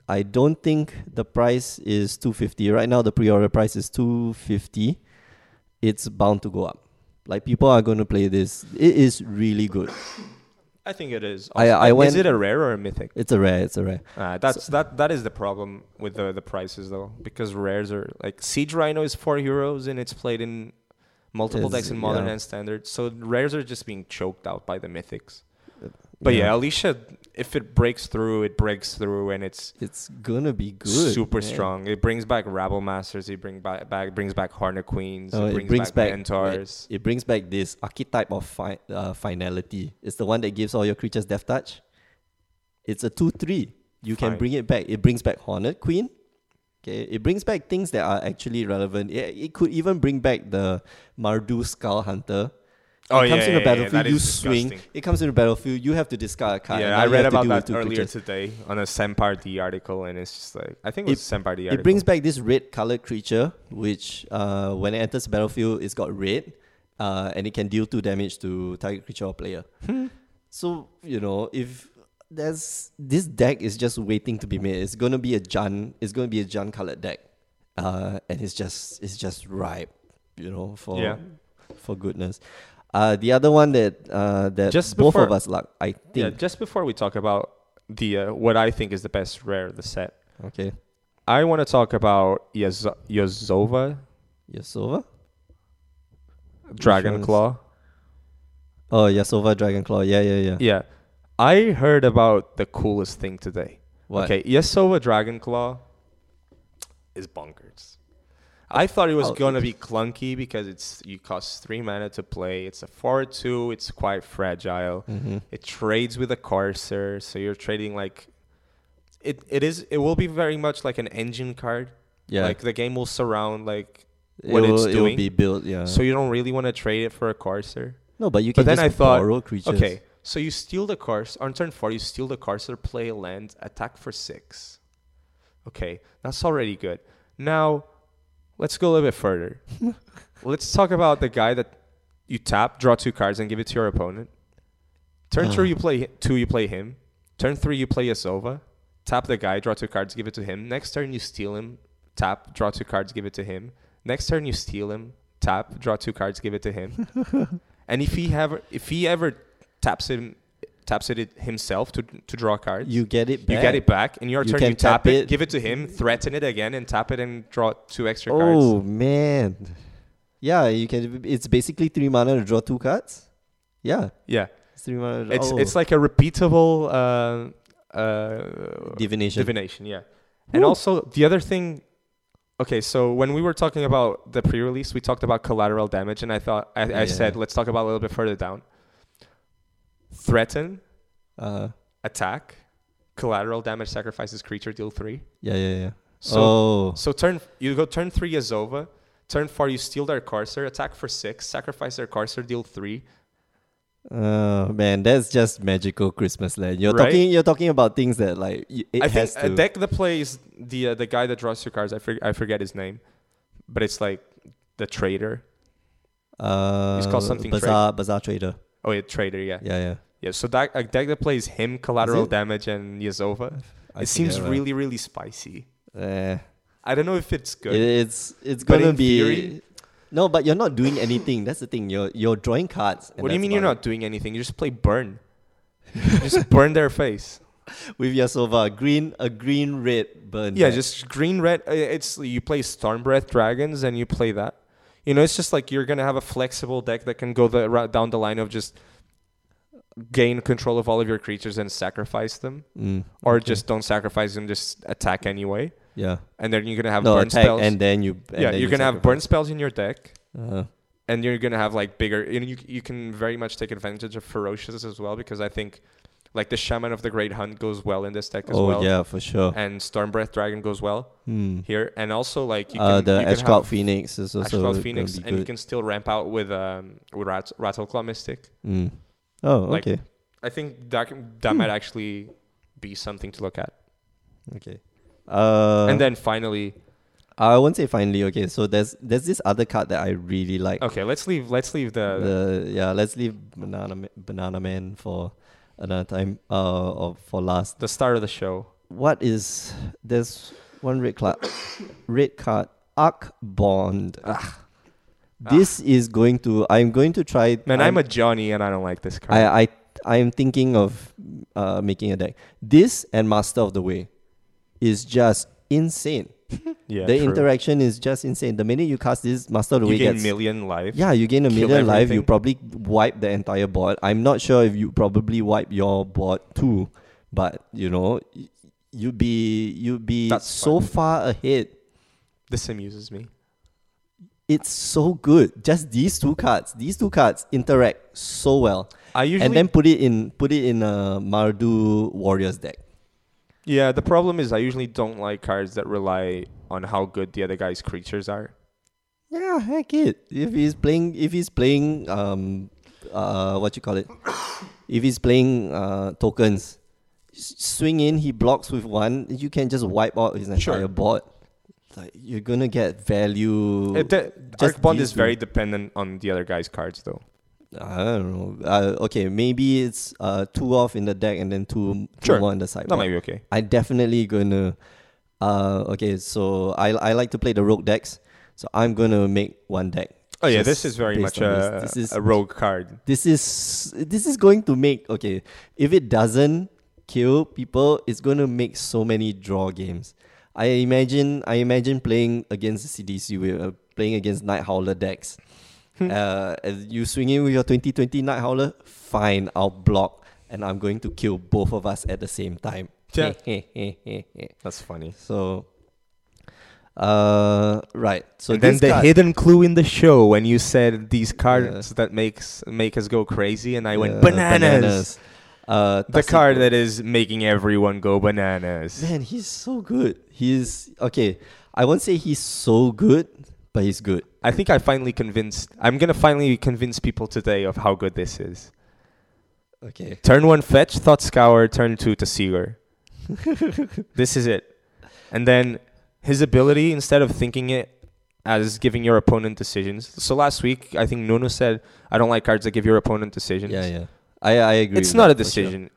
S1: I don't think the price is two fifty right now. The pre-order price is two fifty. It's bound to go up. Like people are going to play this. It is really good.
S2: I think it is.
S1: I- I
S2: is
S1: went-
S2: it a rare or a mythic?
S1: It's a rare. It's a rare.
S2: Uh, that's that that is the problem with the the prices though, because rares are like Siege Rhino is four euros and it's played in multiple
S1: Is-
S2: decks in modern
S1: yeah.
S2: and standard. So rares are just being choked out by the mythics. But yeah. Alicia, if it breaks through, it breaks through and it's
S1: it's gonna be good.
S2: super
S1: man.
S2: strong. It brings back Rabble Masters, it bring back, back brings back Harner Queens,
S1: Oh,
S2: it, brings back, Mentors.
S1: It, it brings back this archetype of fi- uh, finality. It's the one that gives all your creatures death touch. It's a two three. You can
S2: Fine.
S1: bring it back. It brings back Hornet Queen. Okay, it brings back things that are actually relevant. It, it could even bring back the Mardu Skull Hunter.
S2: Oh,
S1: it comes in
S2: yeah,
S1: the
S2: yeah, yeah,
S1: battlefield.
S2: that
S1: you
S2: is
S1: swing.
S2: disgusting.
S1: It comes in the battlefield. You have to discard a card. and now
S2: yeah, I
S1: you have
S2: read
S1: to
S2: about
S1: deal with
S2: that
S1: two
S2: earlier
S1: creatures.
S2: today on a Sempardi article, and it's just like I think it was Sempardi article.
S1: It brings back this red colored creature, which uh, when it enters the battlefield, it's got red, uh, and it can deal two damage to target creature or player.
S2: Hmm.
S1: So you know if there's this deck is just waiting to be made. It's gonna be a Jun. It's gonna be a Jun colored deck, uh, and it's just it's just ripe, you know, for
S2: Yeah.
S1: for goodness. Uh, the other one that uh, that
S2: Just
S1: both of
S2: before-
S1: us like, I
S2: Yeah,
S1: think.
S2: just before we talk about the uh, what I think is the best rare of the set,
S1: Okay,
S2: I want to talk about Yoz- Yozova
S1: Yasova.
S2: Dragon
S1: one's-
S2: Claw.
S1: Oh, Yasova Dragon Claw. Yeah, yeah, yeah.
S2: Yeah, I heard about the coolest thing today.
S1: What?
S2: Okay, Yozova Dragon Claw is bonkers. I thought it was
S1: How-
S2: gonna be clunky because it's you cost three mana to play. It's a four-two. It's quite fragile.
S1: Mm-hmm.
S2: It trades with a Corsair, so you're trading like it. It is. It will be very much like an engine card.
S1: Yeah.
S2: Like the game will surround like what
S1: it
S2: it's
S1: will, it will
S2: doing.
S1: be built. Yeah.
S2: so you don't really want to trade it for a Corsair.
S1: no, but you can
S2: But then
S1: just
S2: I thought,
S1: borrow creatures.
S2: okay, so you steal the Corsair on turn four. You steal the Corsair, play a land, attack for six. Okay, that's already good. Now, let's go a little bit further. let's talk about the guy that you tap, draw two cards, and give it to your opponent. Turn
S1: Ah.
S2: two, you play two, you play him. Turn three, you play Yasova. tap the guy, draw two cards, give it to him. Next turn you steal him, tap, draw two cards, give it to him. Next turn you steal him, tap, draw two cards, give it to him. and if he have if he ever taps him taps it himself to to draw cards,
S1: You get it back.
S2: you get it back. In your
S1: You
S2: turn
S1: can
S2: you tap,
S1: tap
S2: it,
S1: it.
S2: give it to him, threaten it again and tap it and draw two extra cards.
S1: Oh man. Yeah, you can it's basically three mana to draw two cards. Yeah.
S2: Yeah.
S1: It's three mana to
S2: It's
S1: oh.
S2: it's like a repeatable uh, uh,
S1: divination.
S2: divination. Yeah, and
S1: Woo.
S2: also the other thing. Okay, so when we were talking about the pre-release, we talked about collateral damage, and I thought I, I
S1: Yeah.
S2: said let's talk about it a little bit further down. Threaten,
S1: uh
S2: attack, collateral damage sacrifices creature deal three.
S1: yeah, yeah, yeah.
S2: So
S1: oh.
S2: so turn you go turn three Azova, turn four you steal their Corsair, attack for six, sacrifice their Corsair, deal three.
S1: Oh man, that's just magical Christmas land. You're
S2: Right?
S1: talking you're talking about things that like y- it
S2: I
S1: has
S2: think uh,
S1: to
S2: deck that plays the uh, the guy that draws two cards. I forget I forget his name, but it's like the trader.
S1: uh
S2: called something trade.
S1: bazaar bazaar trader.
S2: Oh yeah, trader. Yeah, yeah.
S1: Yeah, yeah.
S2: so that a deck that plays him, collateral
S1: it?
S2: damage, and Yazova.
S1: I
S2: it
S1: think
S2: seems
S1: you're right.
S2: really really spicy.
S1: Eh.
S2: I don't know if it's good.
S1: It- it's it's
S2: But
S1: gonna
S2: in
S1: be
S2: theory-
S1: no, but you're not doing anything. That's the thing. You're you're drawing cards. and
S2: what do you
S1: that's
S2: mean you're
S1: about
S2: not doing anything? You just play burn. You just burn their face.
S1: it. with Yasova? Green a green red burn.
S2: Yeah,
S1: deck.
S2: just green red. uh, It's you play storm breath dragons and you play that. You know, it's just like you're gonna have a flexible deck that can go the route down the line of just gain control of all of your creatures and sacrifice them,
S1: Mm,
S2: or
S1: okay.
S2: just don't sacrifice them, just attack anyway.
S1: yeah.
S2: And then you're gonna have
S1: No
S2: burn
S1: attack
S2: spells.
S1: and then you and
S2: yeah,
S1: then you
S2: you're gonna have burn spells in your deck,
S1: Uh,
S2: and you're gonna have like bigger. You know, you you can very much take advantage of ferocious as well because I think like the shaman of the great hunt goes well in this deck as
S1: oh
S2: well,
S1: yeah, for sure.
S2: and storm breath dragon goes well
S1: Hmm.
S2: here, and also like you can,
S1: Uh, the
S2: you can
S1: Ash
S2: have-
S1: Cloud Phoenix is
S2: Ash
S1: also
S2: Cloud
S1: gonna
S2: Phoenix,
S1: be
S2: and you
S1: good.
S2: can still ramp out with um with Rat- Rattleclaw Mystic.
S1: Mm. Oh
S2: like-
S1: okay
S2: I think that can- that
S1: Hmm.
S2: might actually be something to look at.
S1: okay. Uh,
S2: and then finally,
S1: I won't say finally. Okay, so there's there's this other card that I really like.
S2: okay, let's leave let's leave the,
S1: the yeah, let's leave banana Ma- banana man for another time. Uh, or for last.
S2: the start of the show.
S1: what is there's one red card red card arc bond this is going to i'm going to try
S2: Man, I'm, a Johnny, and I don't like this card.
S1: i i i'm thinking of uh making a deck this and master of the way is just insane
S2: yeah,
S1: the
S2: true.
S1: interaction is just insane the minute you cast this master of the
S2: You
S1: way
S2: gain
S1: gets
S2: million life.
S1: yeah, you gain a
S2: kill
S1: million life. You
S2: everything.
S1: probably wipe the entire board. I'm not sure if you probably wipe your board too, but you know, y- you'd be you'd be
S2: That's
S1: so
S2: fun.
S1: far ahead.
S2: This amuses me.
S1: It's so good. Just these two cards. These two cards interact so well.
S2: I usually
S1: and then put it in put it in a Mardu Warriors deck.
S2: yeah. The problem is I usually don't like cards that rely on how good the other guy's creatures are.
S1: Yeah, heck it. If
S2: Mm-hmm.
S1: he's playing, if he's playing, um, uh, what you call it? if he's playing uh, tokens, s- swing in, he blocks with one. You can just wipe out his entire
S2: Sure.
S1: board. Like you're gonna get value.
S2: Uh, the-
S1: just
S2: Arc Bond
S1: these
S2: is very
S1: two.
S2: dependent on the other guy's cards, though.
S1: I don't know. Uh, okay, maybe it's uh two off in the deck and then two, two
S2: Sure.
S1: more in the side.
S2: That might be okay.
S1: I definitely gonna. Uh, okay, so I I like to play the rogue decks, so I'm gonna make one deck.
S2: Oh yeah,
S1: Just
S2: this is very
S1: based
S2: much
S1: on
S2: a,
S1: this. This is-
S2: a rogue card.
S1: this is this is going to make okay if it doesn't kill people it's going to make so many draw games i imagine i imagine playing against the cdc with uh, playing against night howler decks
S2: Hmm.
S1: uh, as you swing in with your 2020 night howler fine i'll block and i'm going to kill both of us at the same time
S2: Yeah. That's funny.
S1: so uh right so
S2: So and then
S1: this
S2: the
S1: card-
S2: hidden clue in the show when you said these cards
S1: Yeah.
S2: that makes make us go crazy, and I went
S1: uh,
S2: bananas.
S1: Uh,
S2: The
S1: Tuxedo-
S2: card that is making everyone go bananas.
S1: Man, he's so good. He's okay. I won't say he's so good, but he's good.
S2: I think I finally convinced. I'm gonna finally convince people today of how good this is.
S1: Okay.
S2: Turn one, fetch thought scour. Turn two, to sealer. this is it. And then his ability, instead of thinking it as giving your opponent decisions. So last week, I think Nuno said, "I don't like cards that give your opponent decisions."
S1: Yeah, yeah. I I agree.
S2: It's
S1: with
S2: not a
S1: that for sure.
S2: decision.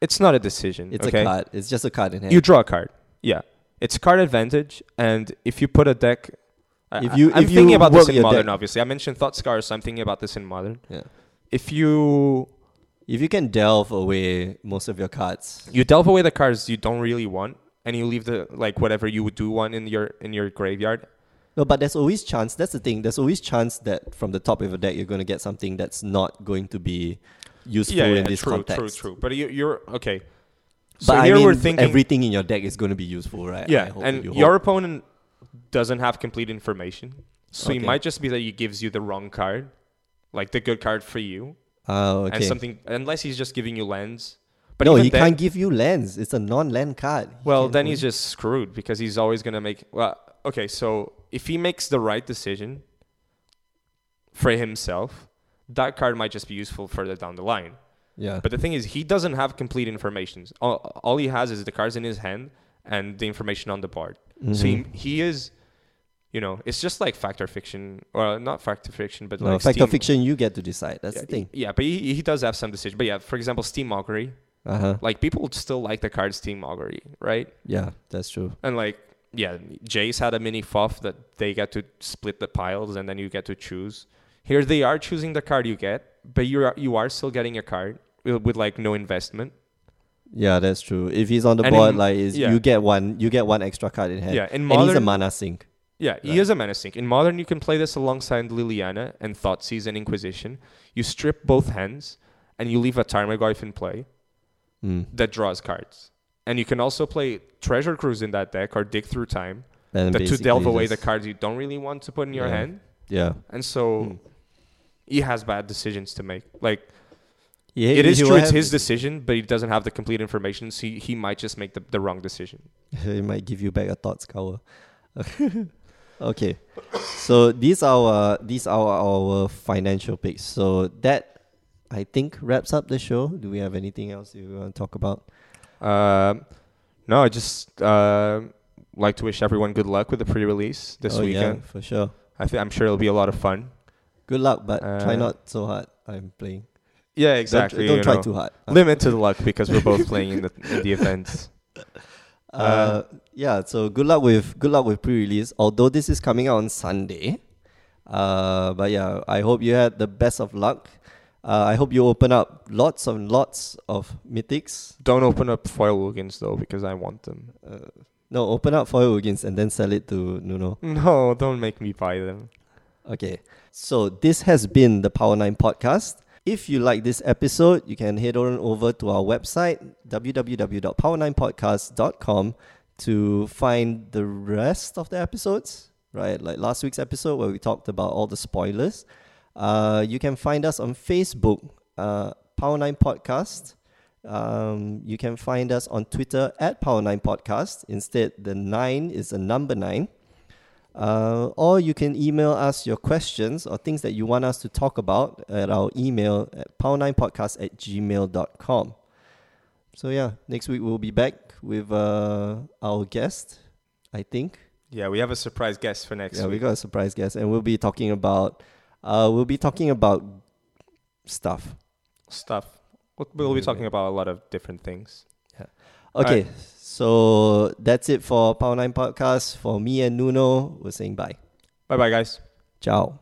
S2: It's not a decision.
S1: It's
S2: okay?
S1: a card. It's just a card in hand.
S2: You draw a card. Yeah, it's card advantage, and if you put a deck, I-
S1: If you-
S2: I, am
S1: if
S2: thinking
S1: you
S2: about this
S1: work
S2: in
S1: your
S2: modern.
S1: deck-
S2: Obviously, I mentioned thought scars. So I'm thinking about this in modern.
S1: yeah.
S2: If you
S1: If you can delve away most of your cards,
S2: you delve away the cards you don't really want, and you leave the like whatever you do want in your in your graveyard.
S1: no, but there's always chance. That's the thing. There's always chance that from the top of your deck, you're going to get something that's not going to be useful in this
S2: true,
S1: context.
S2: true, true. But you, you're okay.
S1: But
S2: so
S1: I
S2: here
S1: mean,
S2: we're thinking
S1: everything in your deck is going to be useful, right? I
S2: Yeah,
S1: hope
S2: and
S1: you
S2: your
S1: hope.
S2: opponent doesn't have complete information, so it
S1: Okay.
S2: might just be that he gives you the wrong card, like the good card for you,
S1: Ah, okay.
S2: and something unless he's just giving you lands. But
S1: no,
S2: even
S1: he
S2: then-
S1: can't give you lands. It's a non-land card. He
S2: Well,
S1: can't
S2: then
S1: only-
S2: he's just screwed because he's always gonna make. Well, okay, so if he makes the right decision for himself, that card might just be useful further down the line.
S1: yeah.
S2: But the thing is, he doesn't have complete information. All, all he has is the cards in his hand and the information on the board.
S1: Mm-hmm.
S2: So he, he is, you know, it's just like factor fiction, or not factor fiction, but
S1: no,
S2: like
S1: fact or
S2: Steam-
S1: fiction, you get to decide. That's
S2: yeah,
S1: the thing.
S2: Yeah, but he, he does have some decision. But yeah, for example, Steam Augury.
S1: Uh huh.
S2: Like people still like the card Steam Augury, right?
S1: Yeah, that's true.
S2: And like, yeah, Jace had a mini foff that they get to split the piles and then you get to choose. Here they are choosing the card you get, but you are you are still getting a card with, with like no investment.
S1: Yeah, that's true. If he's on the
S2: And
S1: board,
S2: in-
S1: like is,
S2: yeah.
S1: you get one, you get one extra card in hand.
S2: Yeah, in
S1: and he's a
S2: modern-
S1: mana sink.
S2: Yeah, he
S1: Right.
S2: is a menacing. In modern, you can play this alongside Liliana and Thoughtseize and Inquisition. You strip both hands and you leave a Tarmogoyf in play
S1: Mm.
S2: that draws cards. And you can also play Treasure Cruise in that deck or Dig Through Time
S1: And
S2: that to delve
S1: basically
S2: away the
S1: just-
S2: cards you don't really want to put in your
S1: Yeah.
S2: hand.
S1: Yeah,
S2: And so
S1: Hmm.
S2: he has bad decisions to make. Like,
S1: yeah
S2: it is
S1: he will
S2: true it's
S1: have-
S2: his decision, but he doesn't have the complete information, so he, he might just make the, the wrong decision.
S1: it might give you back a thought scour. okay, so these are our, these are our financial picks. So that I think wraps up the show. Do we have anything else you want to talk about?
S2: Um, no, I just uh, like to wish everyone good luck with the pre-release this
S1: Oh,
S2: weekend.
S1: yeah, for sure.
S2: I think I'm sure it'll be a lot of fun.
S1: Good luck, but try
S2: Uh,
S1: not so hard. I'm playing.
S2: Yeah,
S1: Don't tr-
S2: exactly.
S1: Don't,
S2: you
S1: try
S2: know.
S1: too hard.
S2: Limit to the luck because we're both playing in the in the events.
S1: Uh, yeah. So good luck with good luck with pre-release. Although this is coming out on Sunday, uh, but yeah, I hope you had the best of luck. Uh, I hope you open up lots and lots of mythics.
S2: Don't open up foil Wugans though because I want them.
S1: Uh, no, open up foil Wugins and then sell it to Nuno.
S2: No, don't make me buy them.
S1: Okay. So this has been the Power 9 podcast. If you like this episode, you can head on over to our website www.power9podcast.com to find the rest of the episodes, right? Like last week's episode where we talked about all the spoilers. Uh, you can find us on Facebook, uh, Power 9 Podcast. Um, you can find us on Twitter at Power 9 Podcast. Instead, the 9 is a number 9. Uh, or you can email us your questions or things that you want us to talk about at our email at power9podcast at gmail.com. So, yeah, next week we'll be back with uh, our guest, I think.
S2: Yeah, we have a surprise guest for next
S1: yeah, we
S2: week.
S1: got a surprise guest, and we'll be talking about uh, we'll be talking about stuff.
S2: Stuff. We'll, we'll be talking about a lot of different things.
S1: Okay,
S2: Alright.
S1: so that's it for Power Nine Podcast. For me and Nuno, we're saying bye.
S2: Bye bye, guys.
S1: Ciao.